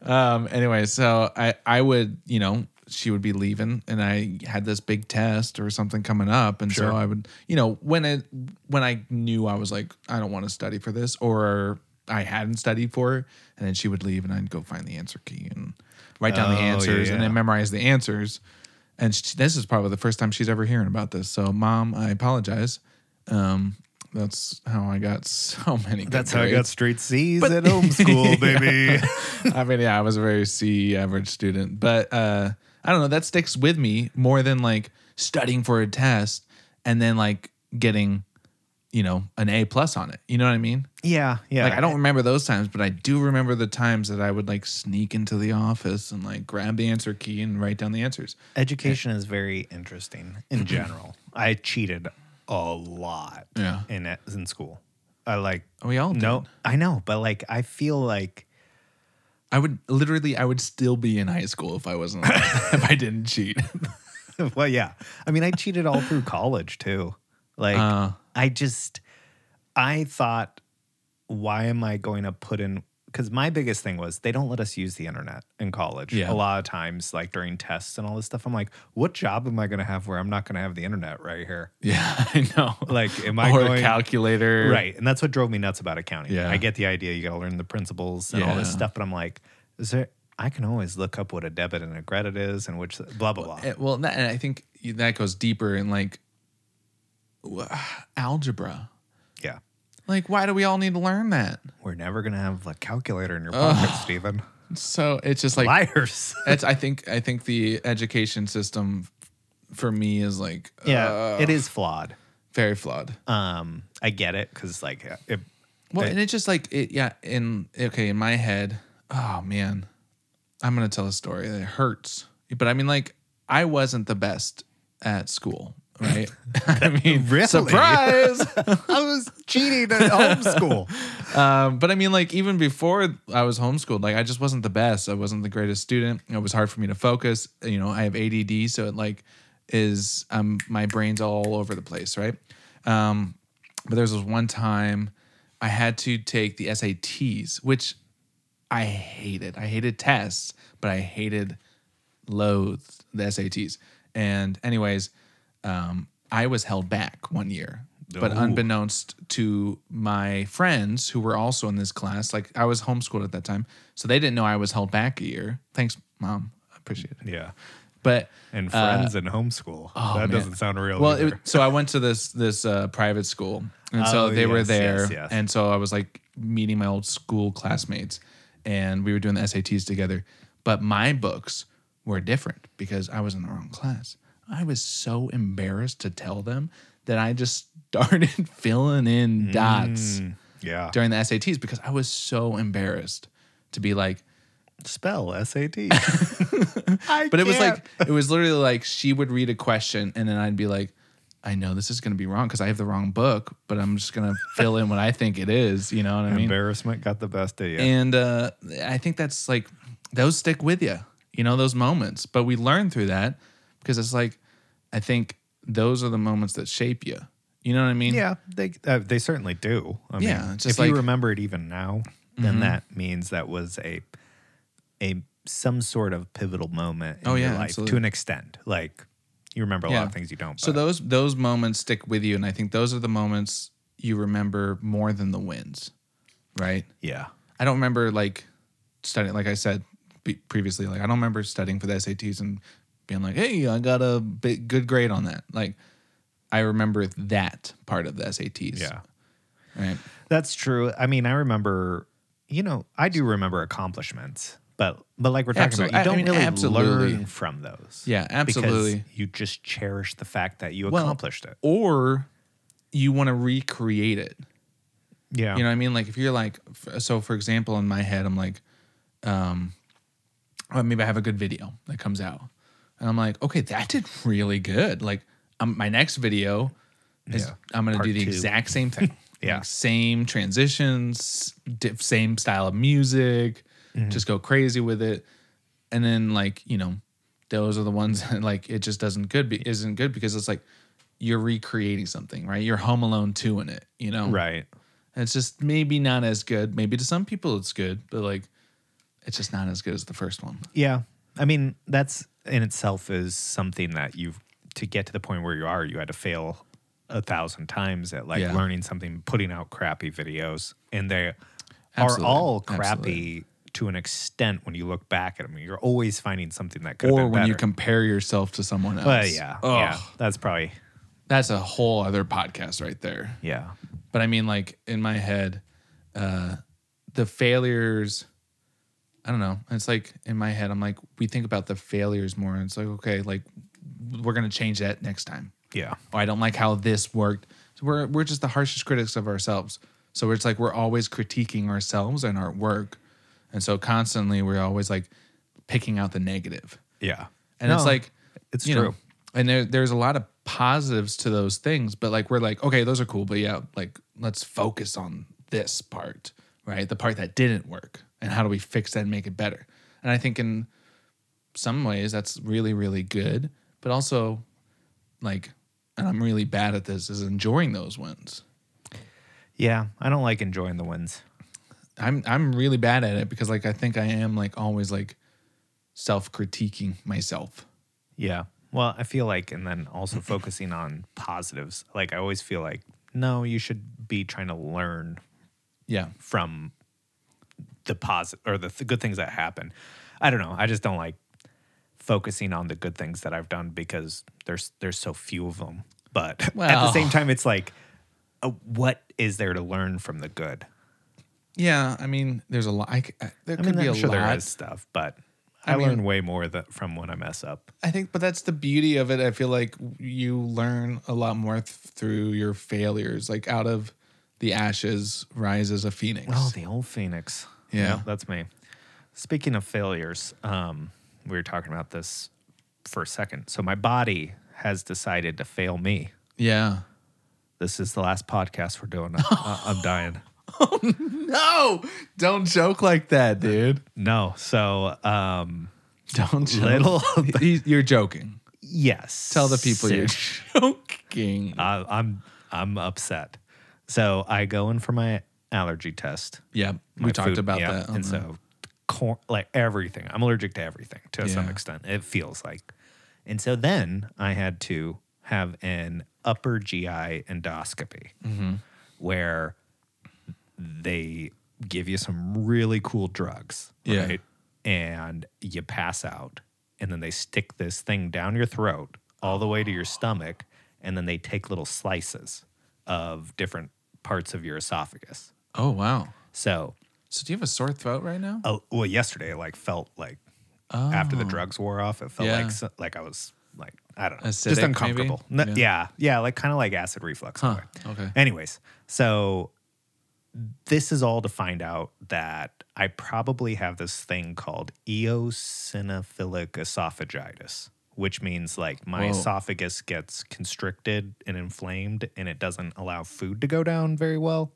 S6: Um, anyway, so I I would you know she would be leaving, and I had this big test or something coming up, and
S5: Sure.
S6: so I would you know when it when I knew I was like I don't want to study for this or I hadn't studied for it, and then she would leave, and I'd go find the answer key and write down
S5: Oh,
S6: the answers, and
S5: yeah.
S6: then memorize the answers. And she, this is probably the first time she's ever hearing about this. So, mom, I apologize. Um, that's how I got so many. good
S5: That's how I got
S6: grades.
S5: straight C's at homeschool, baby.
S6: I mean, yeah, I was a very C average student, but uh, I don't know. That sticks with me more than like studying for a test and then like getting, you know, an A plus on it. You know what I mean?
S5: Yeah, yeah.
S6: Like I don't remember those times, but I do remember the times that I would like sneak into the office and like grab the answer key and write down the answers.
S5: Education is very interesting in general. I cheated a lot.
S6: Yeah.
S5: in in school, I like.
S6: We all did.
S5: No, I know, but like I feel like
S6: I would literally, I would still be in high school if I wasn't if I didn't cheat.
S5: well, yeah. I mean, I cheated all through college too. Like,
S6: Uh.
S5: I just, I thought, why am I going to put in? Because my biggest thing was they don't let us use the internet in college.
S6: Yeah.
S5: A lot of times, like during tests and all this stuff, I'm like, what job am I going to have where I'm not going to have the internet right here?
S6: yeah, I know.
S5: Like, am I
S6: or a
S5: going?
S6: calculator,
S5: Right. And that's what drove me nuts about accounting.
S6: Yeah.
S5: I get the idea. You got to learn the principles and all this
S6: Yeah.
S5: stuff. But I'm like, is there, I can always look up
S6: eh
S5: what a debit and a credit is and which, blah, blah, blah.
S6: Uh, well that, and i think that goes deeper in like w- algebra.
S5: Yeah.
S6: Like, why do we all need to learn that?
S5: We're never going to have a calculator in your pocket, Stephen.
S6: So it's just like eh,
S5: Liars.
S6: It's, I think I think the education system for me is like
S5: yeah.
S6: uh,
S5: it is flawed.
S6: very flawed.
S5: Um, I get it because, like, uh, it,
S6: well,
S5: they-
S6: and it's just like it yeah, in okay, in my head, oh man. I'm going to tell a story that hurts. But I mean like I wasn't the best at school, right? I mean,
S5: Really?
S6: surprise.
S5: I was cheating at homeschool.
S6: Um, but I mean, like even before I was homeschooled, like I just wasn't the best. I wasn't the greatest student. It was hard for me to focus. You know, I have ADD, so it like is um my brain's all over the place, right? Um, but there was this one time I had to take the SATs, which I hated. I hated tests, but I hated loathed the SATs. And anyways, um, I was held back one year, but
S5: Ooh.
S6: unbeknownst to my friends who were also in this class, like I was homeschooled at that time, so they didn't know I was held back a year. Thanks, mom, I appreciate it.
S5: Yeah.
S6: But
S5: And
S6: uh, oh,
S5: friends and homeschool. that
S6: man.
S5: doesn't sound real.
S6: well,
S5: either.
S6: it, so I went to this this uh, private school, and so
S5: Oh,
S6: they were
S5: yes,
S6: there,
S5: yes, yes.
S6: and so I was like meeting my old school classmates, and we were doing the SATs together. But my books were different because I was in the wrong class. I was so embarrassed to tell them that I just started filling in dots
S5: Mm. yeah.
S6: during the SATs because I was so embarrassed to be like,
S5: Spell SAT.
S6: but it was like it was literally like she would read a question and then I'd be like, I know this is gonna be wrong because I have the wrong book, but I'm just gonna fill in what I think it is. You know what I mean?
S5: embarrassment got the best of you.
S6: And uh, I think that's like those stick with you. You know those moments, but we learn through that because it's like I think those are the moments that shape you. You know what I mean?
S5: yeah, they uh, they certainly do. I
S6: Yeah,
S5: mean,
S6: it's
S5: if
S6: just
S5: you
S6: like- Mm-hmm.
S5: remember it even now, then that means that was a a some sort of pivotal moment in
S6: Oh,
S5: your life
S6: yeah,
S5: to
S6: absolutely.
S5: an extent. Like you remember a lot of things you don't.
S6: So
S5: but-
S6: those those moments stick with you, and I think those are the moments you remember more than the wins, right?
S5: yeah,
S6: I don't remember like studying, like I said be- previously, like I don't remember studying for the SATs and being like, hey, I got a big, good grade on that. Like, I remember that part of the SATs.
S5: yeah.
S6: Right.
S5: That's true. I mean, I remember, you know, I do remember accomplishments, but but like we're talking
S6: Absolutely.
S5: about, you
S6: I- I
S5: don't
S6: mean,
S5: really
S6: absolutely.
S5: learn from those.
S6: Yeah, absolutely.
S5: Because you just cherish the fact that you
S6: Well,
S5: accomplished it.
S6: Or you want to recreate it.
S5: Yeah.
S6: You know what I mean? Like if you're like, f- so for example, in my head, I'm like, um, or maybe I have a good video that comes out, and I'm like, okay, that did really good. Like, um, my next video is
S5: Yeah.
S6: I'm gonna
S5: Part
S6: do the
S5: two.
S6: exact same thing.
S5: Yeah.
S6: Like, same transitions, di- same style of music.
S5: Mm-hmm.
S6: Just go crazy with it, and then like you know, those are the ones that like it just doesn't good be, isn't good because it's like you're recreating something, right? You're Home Alone two in it, you know,
S5: right.
S6: it's just maybe not as good. Maybe to some people it's good, but like it's just not as good as the first one.
S5: Yeah. I mean, that's in itself is something that you've to get to the point where you are, you had to fail a thousand times at like
S6: Yeah.
S5: learning something, putting out crappy videos, and they
S6: Absolutely.
S5: are all crappy
S6: Absolutely.
S5: to an extent when you look back at them. You're always finding something that could
S6: Or
S5: have
S6: when
S5: been better.
S6: you compare yourself to someone else.
S5: Well, yeah,
S6: Ugh,
S5: yeah, that's probably
S6: That's a whole other podcast right there.
S5: yeah,
S6: But I mean, like in my head, uh, the failures, I don't know. It's like in my head, I'm like, we think about the failures more. And it's like, okay, like we're going to change that next time.
S5: yeah,
S6: oh, I don't like how this worked. So we're we're just the harshest critics of ourselves. So it's like we're always critiquing ourselves and our work, and so constantly we're always like picking out the negative.
S5: yeah.
S6: And it's
S5: No,
S6: like
S5: it's
S6: you
S5: true.
S6: know, and there, there's a lot of positives to those things, but like we're like, okay, those are cool, but yeah, like let's focus on this part, right? The part that didn't work, and how do we fix that and make it better? And I think in some ways that's really really good, but also like, and I'm really bad at this is enjoying those wins.
S5: yeah, I don't like enjoying the wins.
S6: I'm I'm really bad at it because like I think I am like always like self critiquing myself.
S5: Yeah. Well, I feel like, and then also focusing on positives. Like I always feel like, no, you should be trying to learn
S6: Yeah.
S5: from the positive or the th- good things that happen. I don't know. I just don't like focusing on the good things that I've done because there's there's so few of them. But at the
S6: Well.
S5: same time, it's like, uh, what is there to learn from the good?
S6: Yeah, I mean, there's a lot. I, c- I- there
S5: I
S6: could
S5: mean,
S6: be
S5: I'm
S6: a
S5: sure there
S6: lot.
S5: is stuff, but I,
S6: I mean-
S5: learn way more that from when I mess up.
S6: I think, but that's the beauty of it. I feel like you learn a lot more th- through your failures. Like out of the ashes rises a phoenix.
S5: Oh, the old Phoenix.
S6: Yeah.
S5: that's me. Speaking of failures, um, we were talking about this for a second. So my body has decided to fail me.
S6: yeah.
S5: This is the last podcast we're doing. I, I'm dying. Oh!
S6: No, don't joke like that, dude.
S5: No, so um,
S6: Don't joke.
S5: little.
S6: He- you're joking.
S5: yes.
S6: Tell the people you're
S5: Sick.
S6: joking.
S5: I, I'm I'm upset. So I go in for my allergy test.
S6: yeah, we
S5: my
S6: talked
S5: food,
S6: about
S5: yeah,
S6: that. on
S5: and
S6: the-
S5: so corn, like everything, I'm allergic to everything to some
S6: Yeah.
S5: extent. It feels like, and so then I had to have an upper GI endoscopy, where they give you some really cool drugs,
S6: Yeah.
S5: right? And you pass out, and then they stick this thing down your throat all the way to your stomach, and then they take little slices of different parts of your esophagus.
S6: oh wow.
S5: So
S6: So do you have a sore throat right now?
S5: oh well yesterday it like felt like after the drugs wore off it felt
S6: Oh. Yeah.
S5: like s- like i was like i don't know
S6: Acidic,
S5: just
S6: maybe?
S5: uncomfortable No-
S6: Yeah.
S5: yeah. yeah like kind of like acid reflux in a
S6: Huh,
S5: way.
S6: okay.
S5: anyways so this is all to find out that i probably have this thing called eosinophilic esophagitis which means like my
S6: Whoa.
S5: esophagus gets constricted and inflamed and it doesn't allow food to go down very well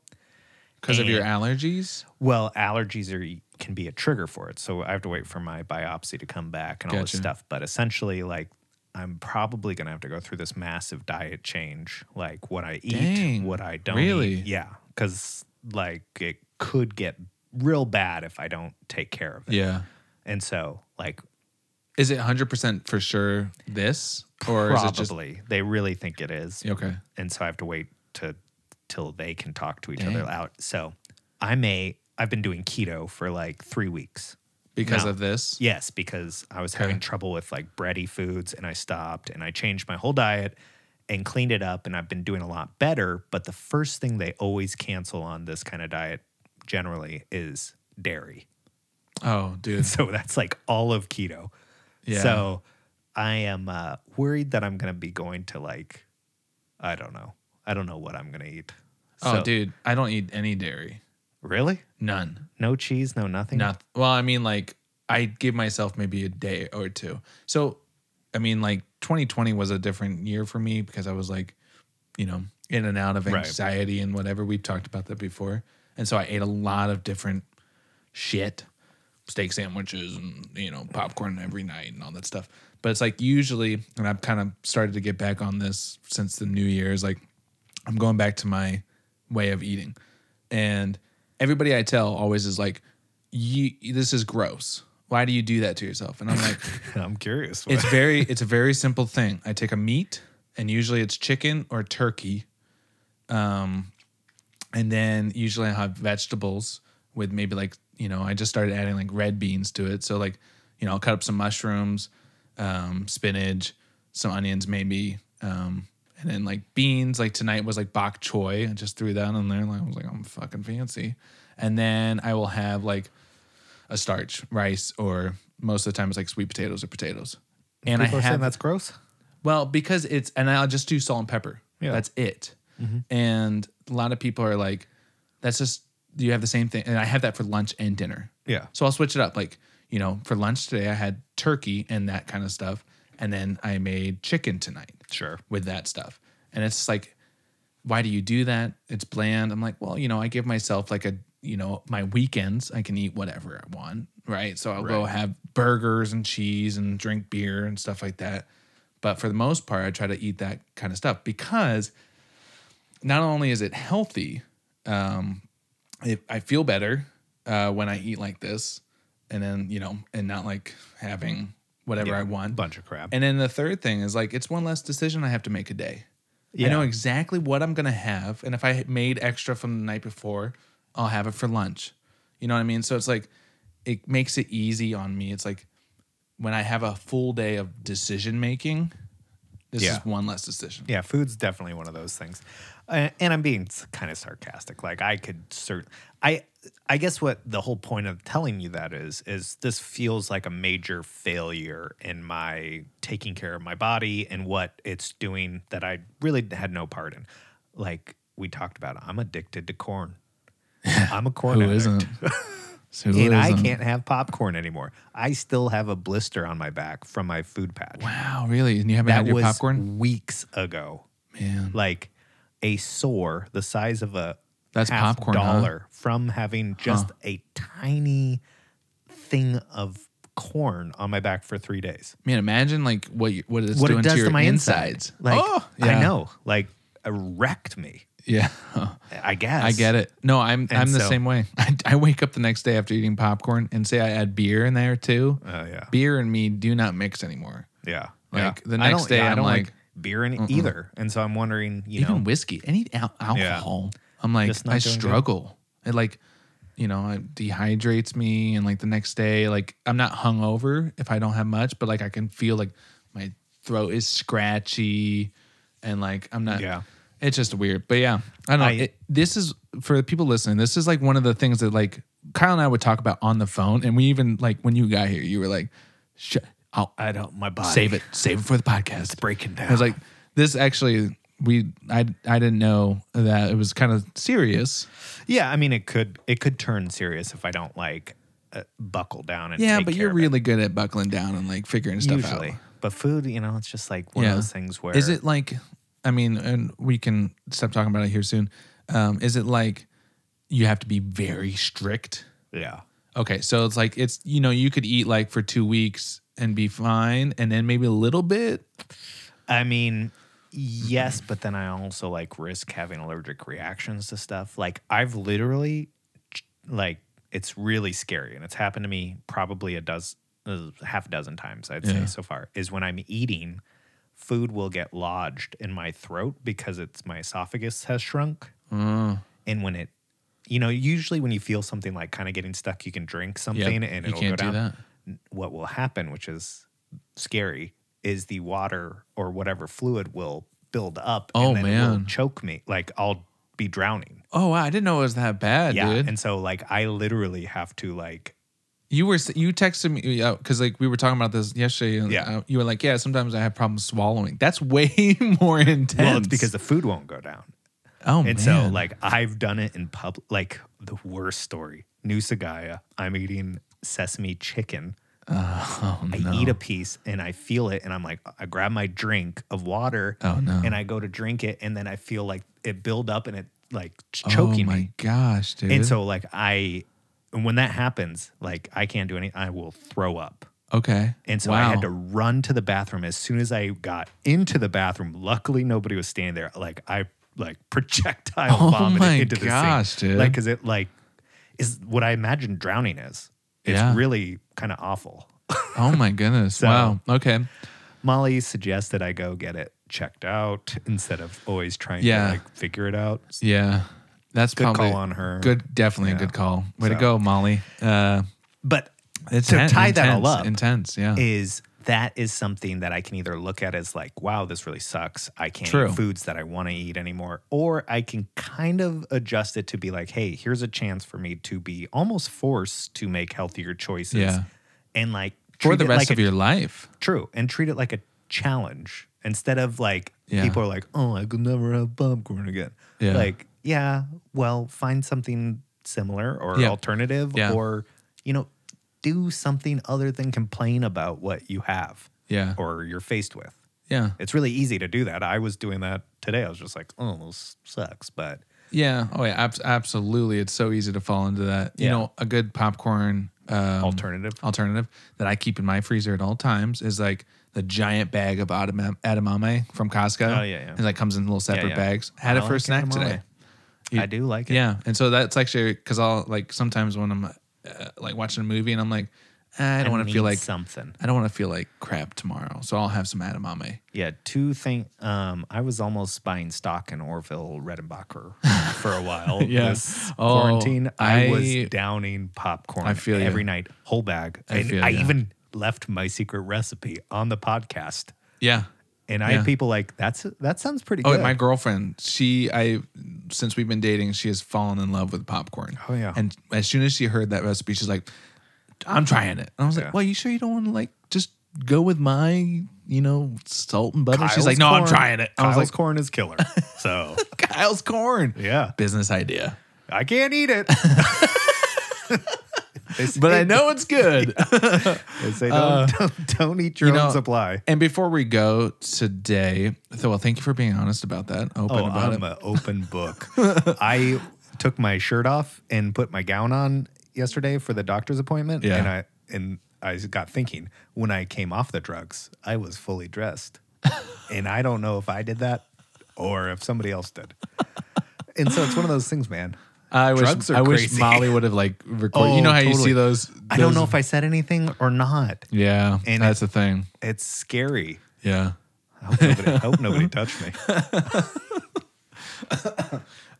S6: Because of your
S5: and-
S6: allergies?
S5: well, allergies are can be a trigger for it. So I have to wait for my biopsy to come back and all this
S6: Gotcha.
S5: stuff. But essentially, like I'm probably gonna have to go through this massive diet change, like what I eat,
S6: Dang,
S5: what I don't
S6: really?
S5: eat. Yeah. Cause like it could get real bad if I don't take care of it.
S6: Yeah.
S5: And so like
S6: Is it 100% for sure this? Or is it just.
S5: probably they really think it is.
S6: Okay.
S5: and so I have to wait to till they can talk to each
S6: Dang.
S5: other out. So I may I've been doing keto for like three weeks.
S6: Because
S5: No.
S6: of this?
S5: Yes, because I was having trouble with like bready foods and I stopped and I changed my whole diet and cleaned it up and I've been doing a lot better. But the first thing they always cancel on this kind of diet generally is dairy.
S6: Oh, dude.
S5: So that's like all of keto.
S6: Yeah.
S5: So I am uh, worried that I'm going to be going to like, I don't know. I don't know what I'm going to eat.
S6: oh,
S5: So-
S6: dude. I don't eat any dairy.
S5: Really?
S6: None.
S5: No cheese, no nothing?
S6: Not. Well, I mean, like, I give myself maybe a day or two. So, I mean, like, 2020 was a different year for me because I was like, you know, in and out of
S5: Right.
S6: anxiety and whatever. We've talked about that before. And so I ate a lot of different shit, steak sandwiches and, you know, popcorn every night and all that stuff. But it's like usually, and I've kind of started to get back on this since the new year, is like I'm going back to my way of eating. And everybody I tell always is like, you, this is gross. Why do you do that to yourself? And I'm like,
S5: I'm curious.
S6: it's very it's a very simple thing. I take a meat, and usually it's chicken or turkey. Um, and then usually I have vegetables with maybe like you know I just started adding like red beans to it. So like you know I'll cut up some mushrooms, um, spinach, some onions maybe, um, and then like beans. Like tonight was like bok choy. I just threw that on there. And I was like I'm fucking fancy. And then I will have like a starch, rice, or most of the time it's like sweet potatoes or potatoes. And
S5: People
S6: I
S5: are
S6: have
S5: saying that's gross?
S6: well because it's and I'll just do salt and pepper.
S5: Yeah. Mm-hmm.
S6: that's it. And a lot of people are like, that's just you have the same thing. And I have that for lunch and dinner.
S5: Yeah.
S6: So I'll switch it up. Like you know, for lunch today I had turkey and that kind of stuff, and then I made chicken tonight.
S5: Sure.
S6: With that stuff, and it's just like why do you do that? It's bland. I'm like, well, you know, I give myself like a, you know, my weekends, I can eat whatever I want, right? So I'll go have burgers and cheese and drink beer and stuff like that. But for the most part, I try to eat that kind of stuff because not only is it healthy, um, it, I feel better uh, when I eat like this and then, you know, and not like having whatever I want.
S5: Bunch of crap.
S6: And then the third thing is like it's one less decision I have to make a day. I know exactly what I'm gonna have, and if I made extra from the night before, I'll have it for lunch. You know what I mean? So it's like it makes it easy on me. It's like when I have a full day of decision making, This
S5: Yeah.
S6: is one less decision.
S5: Yeah, food's definitely one of those things. Uh, and I'm being kind of sarcastic. Like I could cert I I guess what the whole point of telling you that is is this feels like a major failure in my taking care of my body and what it's doing that I really had no part in. Like we talked about, I'm addicted to corn. I'm a corn
S6: Who
S5: addict.
S6: isn't? So who
S5: and I
S6: isn't?
S5: can't have popcorn anymore. I still have a blister on my back from my food patch.
S6: Wow, really? And you haven't
S5: That
S6: had your
S5: was
S6: popcorn?
S5: weeks ago
S6: Man.
S5: like a sore the size of a
S6: That's
S5: half
S6: popcorn, huh?
S5: dollar from having just a tiny thing of corn on my back for three days.
S6: Man, imagine like what you, what it's
S5: what
S6: doing
S5: it does
S6: to
S5: to,
S6: your
S5: my
S6: insides.
S5: insides? Like
S6: oh,
S5: I
S6: yeah.
S5: know, like it wrecked me.
S6: Yeah, Oh.
S5: I guess
S6: I get it. No, I'm I'm the
S5: so-
S6: same way. I, I wake up the next day after eating popcorn and say I add beer in there too.
S5: Oh, yeah.
S6: beer and me do not mix anymore.
S5: Yeah,
S6: Like,
S5: yeah.
S6: the
S5: I
S6: next
S5: don't-
S6: day,
S5: yeah, I
S6: I'm
S5: don't
S6: like,
S5: beer in it either, and so I'm wondering, you
S6: Even
S5: know,
S6: whiskey, any al- alcohol, I'm like
S5: Just not
S6: I
S5: doing good.
S6: struggle. It like you know it dehydrates me, and like the next day, like I'm not hungover if I don't have much, but like I can feel like my throat is scratchy, and like I'm not.
S5: Yeah.
S6: It's just weird, but yeah, I don't know.
S5: I-
S6: it, this is for the people listening. This is like one of the things that like Kyle and I would talk about on the phone, and we even like when you got here, you were like, "Shut, I'll
S5: I don't my body
S6: save it, save it for the podcast."
S5: breaking down.
S6: I was like, this actually we I I didn't know that it was kind of serious.
S5: yeah, I mean, it could it could turn serious if I don't like uh, buckle down and
S6: Yeah,
S5: take
S6: but
S5: care
S6: you're
S5: of it.
S6: really good at buckling down and like figuring stuff
S5: usually.
S6: out.
S5: But food, you know, it's just like one of those things where
S6: is it like I mean, and we can stop talking about it here soon. Um, is it like you have to be very strict?
S5: Yeah,
S6: Okay, so it's like it's you know you could eat like for two weeks and be fine, and then maybe a little bit.
S5: I mean, yes, but then I also like risk having allergic reactions to stuff. Like I've literally, like, it's really scary, and it's happened to me probably a dozen, uh, half a dozen times I'd
S6: Yeah.
S5: say so far. Is when I'm eating, food will get lodged in my throat because it's my esophagus has shrunk,
S6: Uh,
S5: and when it. You know, usually when you feel something like kind of getting stuck, you can drink something and
S6: you
S5: it'll
S6: can't
S5: go
S6: do
S5: down.
S6: that.
S5: what will happen, which is scary, is the water or whatever fluid will build up.
S6: Oh,
S5: and then it will
S6: man.
S5: choke me. Like I'll be drowning.
S6: Oh wow, I didn't know it was that bad,
S5: yeah,
S6: dude.
S5: and so like I literally have to like
S6: You were you texted me because like we were talking about this yesterday. And
S5: Yeah.
S6: uh, you were like, yeah, sometimes I have problems swallowing. That's way more intense.
S5: well, it's because the food won't go down.
S6: oh man,
S5: And so like I've done it in public. Like the worst story, Nusagaya. I'm eating sesame chicken.
S6: oh
S5: I
S6: no,
S5: eat a piece and I feel it, and I'm like, I grab my drink of water,
S6: Oh, no.
S5: and I go to drink it, and then I feel like it build up and it like ch-
S6: Oh,
S5: choking
S6: my
S5: me.
S6: gosh, dude.
S5: And so like I and when that happens, like I can't do any I will throw up.
S6: okay,
S5: And so I
S6: Wow.
S5: had to run to the bathroom as soon as I got into the bathroom. Luckily nobody was standing there. Like I like projectile
S6: Oh
S5: vomited
S6: my
S5: into the
S6: gosh,
S5: sink.
S6: dude.
S5: Like cuz it like is what I imagine drowning is. It's
S6: Yeah.
S5: really kind of awful.
S6: Oh my goodness. wow. Okay.
S5: Molly suggested I go get it checked out instead of always trying
S6: Yeah.
S5: to like figure it out.
S6: Yeah. That's
S5: Good
S6: probably
S5: call on her.
S6: Good, definitely a
S5: Yeah.
S6: good call. Way to
S5: So-
S6: go, Molly. Uh,
S5: But
S6: it's
S5: to
S6: ten-
S5: tie that all
S6: intense,
S5: up,
S6: intense. Yeah.
S5: is that is something that I can either look at as like, wow, this really sucks. I can't
S6: True.
S5: eat foods that I want to eat anymore. Or I can kind of adjust it to be like, hey, here's a chance for me to be almost forced to make healthier choices.
S6: Yeah.
S5: And like
S6: for
S5: treat
S6: the
S5: it
S6: rest
S5: like
S6: of
S5: a,
S6: your life.
S5: true. And treat it like a challenge instead of like
S6: Yeah.
S5: people are like, oh, I could never have popcorn again.
S6: Yeah.
S5: Like, yeah, well, find something similar or
S6: Yeah.
S5: alternative
S6: Yeah.
S5: or, you know, do something other than complain about what you have
S6: Yeah.
S5: or you're faced with.
S6: yeah.
S5: It's really easy to do that. I was doing that today. I was just like, oh, this sucks. But
S6: Yeah. Oh, yeah. Abs- absolutely. It's so easy to fall into that. You
S5: Yeah.
S6: know, a good popcorn um,
S5: Alternative.
S6: alternative that I keep in my freezer at all times is like the giant bag of adama- edamame from Costco.
S5: Oh, yeah, yeah.
S6: And like comes in little separate
S5: yeah.
S6: bags. Had
S5: I
S6: it for a
S5: like
S6: snack
S5: edamame.
S6: today.
S5: I do like it.
S6: Yeah, and so that's actually because I'll like sometimes when I'm uh, like watching a movie and I'm like, "Ah, I don't want to
S5: need
S6: feel like
S5: something.
S6: I don't want to feel like crap tomorrow, so I'll have some edamame.
S5: Yeah, two things. Um, I was almost buying stock in Orville Redenbacher for a while.
S6: Yeah.
S5: This
S6: Oh,
S5: quarantine, I,
S6: I-
S5: was downing popcorn
S6: I feel you.
S5: every night, whole bag.
S6: I
S5: and
S6: feel
S5: I
S6: you.
S5: even left my secret recipe on the podcast
S6: Yeah,
S5: And I
S6: Yeah.
S5: have people like that's that sounds pretty
S6: Oh,
S5: good.
S6: my girlfriend. She, I, since we've been dating, she has fallen in love with popcorn.
S5: Oh, yeah.
S6: And as soon as she heard that recipe, she's like, "I'm trying it." And I was
S5: Yeah.
S6: like, "Well, you sure you don't want to like just go with my, you know, salt and butter?" she's
S5: Kyle's
S6: like, "No, I'm
S5: corn-
S6: trying it." I
S5: Kyle's
S6: was like,
S5: corn is killer. So
S6: "Kyle's corn."
S5: yeah,
S6: Business idea.
S5: I can't eat it. They say-
S6: But I know it's good.
S5: they say don't, don't, don't eat your
S6: you
S5: own
S6: know,
S5: supply.
S6: And before we go today, so well, thank you for being honest about that. Open
S5: Oh,
S6: about
S5: I'm
S6: it.
S5: an open book. I took my shirt off and put my gown on yesterday for the doctor's appointment.
S6: Yeah.
S5: And I and I got thinking when I came off the drugs, I was fully dressed. and I don't know if I did that or if somebody else did. and so it's one of those things, man.
S6: I wish
S5: drugs are
S6: I wish
S5: crazy.
S6: Molly would have like recorded. you know
S5: Oh,
S6: how you
S5: totally.
S6: see those,
S5: I don't
S6: those-
S5: know if I said anything or not.
S6: Yeah,
S5: And
S6: that's
S5: it-
S6: the thing.
S5: It's scary.
S6: Yeah.
S5: I hope nobody, I hope nobody touched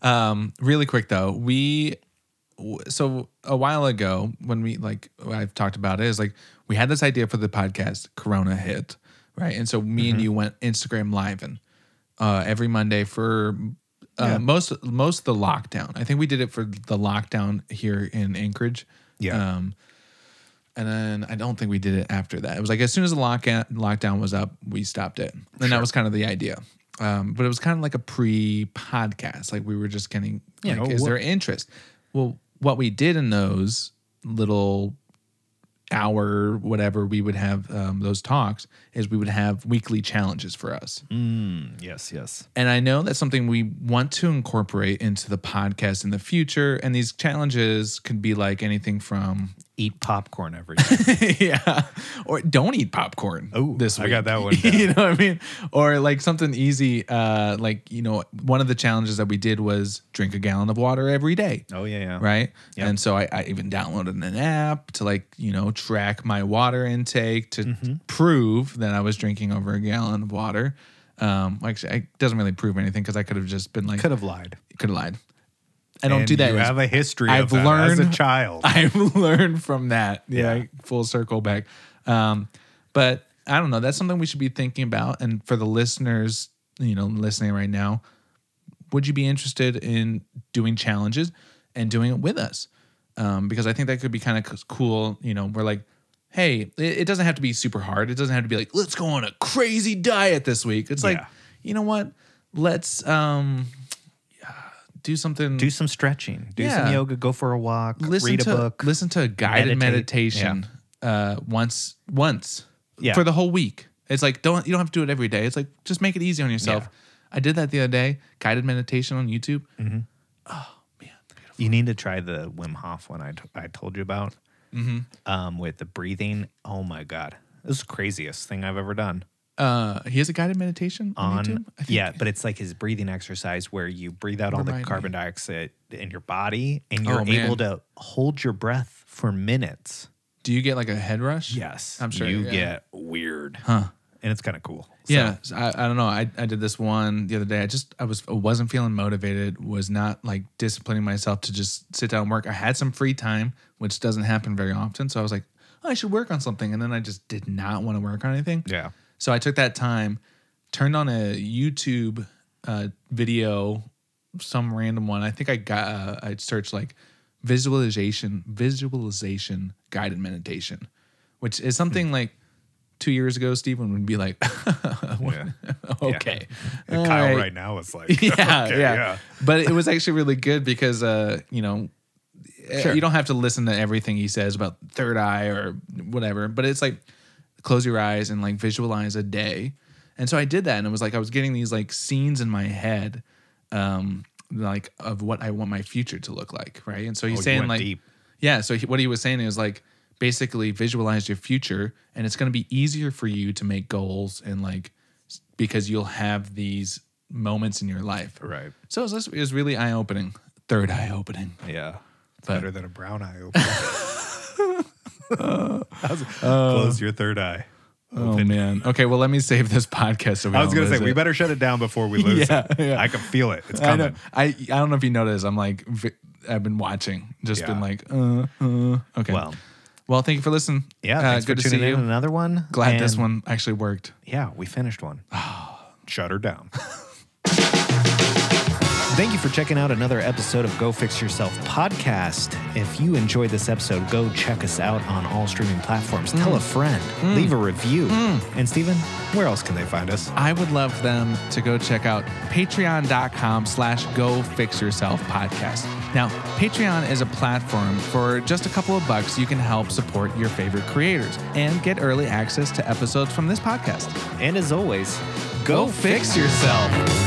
S5: me.
S6: Really quick though, we w- so a while ago when we like I've talked about it is like we had this idea for the podcast Corona hit, right? And so me
S5: Mm-hmm.
S6: and you went Instagram live and uh, every Monday for uh,
S5: Yeah.
S6: most most of the lockdown. I think we did it for the lockdown here in Anchorage.
S5: Yeah.
S6: Um, and then I don't think we did it after that. It was like as soon as the lockout, lockdown was up, we stopped it, and that was kind of the idea. Um, but it was kind of like a pre-podcast, like we were just getting like,
S5: know,
S6: is
S5: what-
S6: there interest? Well, what we did in those little hour, whatever we would have um, those talks is we would have weekly challenges for us.
S5: Mm. yes, yes.
S6: And I know that's something we want to incorporate into the podcast in the future. And these challenges could be like anything from,
S5: Eat popcorn every day.
S6: yeah, or don't eat popcorn.
S5: Oh,
S6: this
S5: I got
S6: week.
S5: that one down.
S6: you know what I mean? Or like something easy, uh, like you know, one of the challenges that we did was drink a gallon of water every day.
S5: Oh, yeah, yeah.
S6: Right.
S5: Yep.
S6: And so I, I even downloaded an app to like, you know, track my water intake to
S5: Mm-hmm.
S6: prove that I was drinking over a gallon of water. Um, actually, it doesn't really prove anything because I could have just been like,
S5: Could have lied.
S6: could have lied. I don't
S5: And
S6: do that.
S5: You
S6: It was-
S5: have a history
S6: I've
S5: of that as a
S6: learned-
S5: child.
S6: I've learned from that. Yeah,
S5: Yeah.
S6: full circle back. Um, but I don't know. That's something we should be thinking about. And for the listeners, you know, listening right now, would you be interested in doing challenges and doing it with us? Um, because I think that could be kind of cool. You know, we're like, hey, it, it doesn't have to be super hard. It doesn't have to be like, let's go on a crazy diet this week. It's like,
S5: Yeah.
S6: you know what? Let's um, do something.
S5: do some stretching, do
S6: Yeah.
S5: some yoga, go for a walk,
S6: listen
S5: read a
S6: to
S5: book.
S6: listen to a guided
S5: meditate.
S6: meditation uh, once once
S5: Yeah.
S6: for the whole week. It's like don't you don't have to do it every day. It's like just make it easy on yourself.
S5: Yeah.
S6: I did that the other day, guided meditation on YouTube.
S5: You need to try the Wim Hof one I, t- I told you about
S6: Mm-hmm.
S5: um, with the breathing. Oh my God. This is the craziest thing I've ever done.
S6: Uh, he has a guided meditation on,
S5: On
S6: YouTube. I think.
S5: yeah, but it's like his breathing exercise where you breathe out all the
S6: Remind me.
S5: carbon dioxide in your body, and you're
S6: Oh, man.
S5: able to hold your breath for minutes.
S6: Do you get like a head rush? I'm sure
S5: you
S6: yeah.
S5: get weird, huh? And it's kind of cool. So,
S6: Yeah, so I, I don't know. I, I did this one the other day. I just I was I wasn't feeling motivated. Was not like disciplining myself to just sit down and work. I had some free time, which doesn't happen very often. So I was like, oh, I should work on something, and then I just did not want to work on anything.
S5: yeah.
S6: So I took that time, turned on a YouTube uh, video, some random one. I think I got uh, I searched like visualization, visualization guided meditation, which is something like two years ago Stephen would be like,
S5: Hmm. yeah.
S6: okay,
S5: And
S6: all
S5: Kyle right.
S6: right.
S5: now is like,
S6: yeah,
S5: okay,
S6: yeah,
S5: yeah.
S6: But it was actually really good because uh, you know, eh, you don't have to listen to everything he says about third eye or whatever. But it's like close your eyes and like visualize a day. And so I did that, and it was like I was getting these like scenes in my head, um, like of what I want my future to look like, right? And so he's
S5: Oh, you
S6: saying
S5: went
S6: like,
S5: deep.
S6: yeah. So he, what he was saying is like basically visualize your future, and it's going to be easier for you to make goals and like s- because you'll have these moments in your life.
S5: Right.
S6: So it was, it was really eye opening, third eye opening.
S5: Yeah. It's
S6: But-
S5: better than a brown eye open. How's-
S6: Uh,
S5: Close your third eye.
S6: Oh man. Okay. Well, let me save this podcast. So we
S5: I was
S6: don't
S5: gonna say
S6: lose
S5: we
S6: oh, it.
S5: better shut it down before we lose
S6: Yeah,
S5: it.
S6: yeah.
S5: I can feel it. It's
S6: I know.
S5: coming.
S6: I I don't know if you noticed. I'm like vi- I've been watching, just
S5: Yeah.
S6: been like, uh, uh. okay.
S5: Well,
S6: Well, thank you for listening.
S7: Yeah,
S6: Uh,
S7: thanks
S6: good
S7: for
S6: to see
S7: tuning
S6: you.
S7: in. Another one.
S6: Glad this
S7: And,
S6: one actually worked.
S7: Yeah, we finished one. Shut her down. Thank you for checking out another episode of Go Fix Yourself podcast. If you enjoyed this episode, go check us out on all streaming platforms.
S6: Mm.
S7: Tell a friend, leave a review. And Steven, where else can they find us?
S6: I would love them to go check out patreon.com slash go fix yourself podcast. Now, Patreon is a platform for just a couple of bucks you can help support your favorite creators and get early access to episodes from this podcast.
S7: And as always,
S6: Go fix yourself.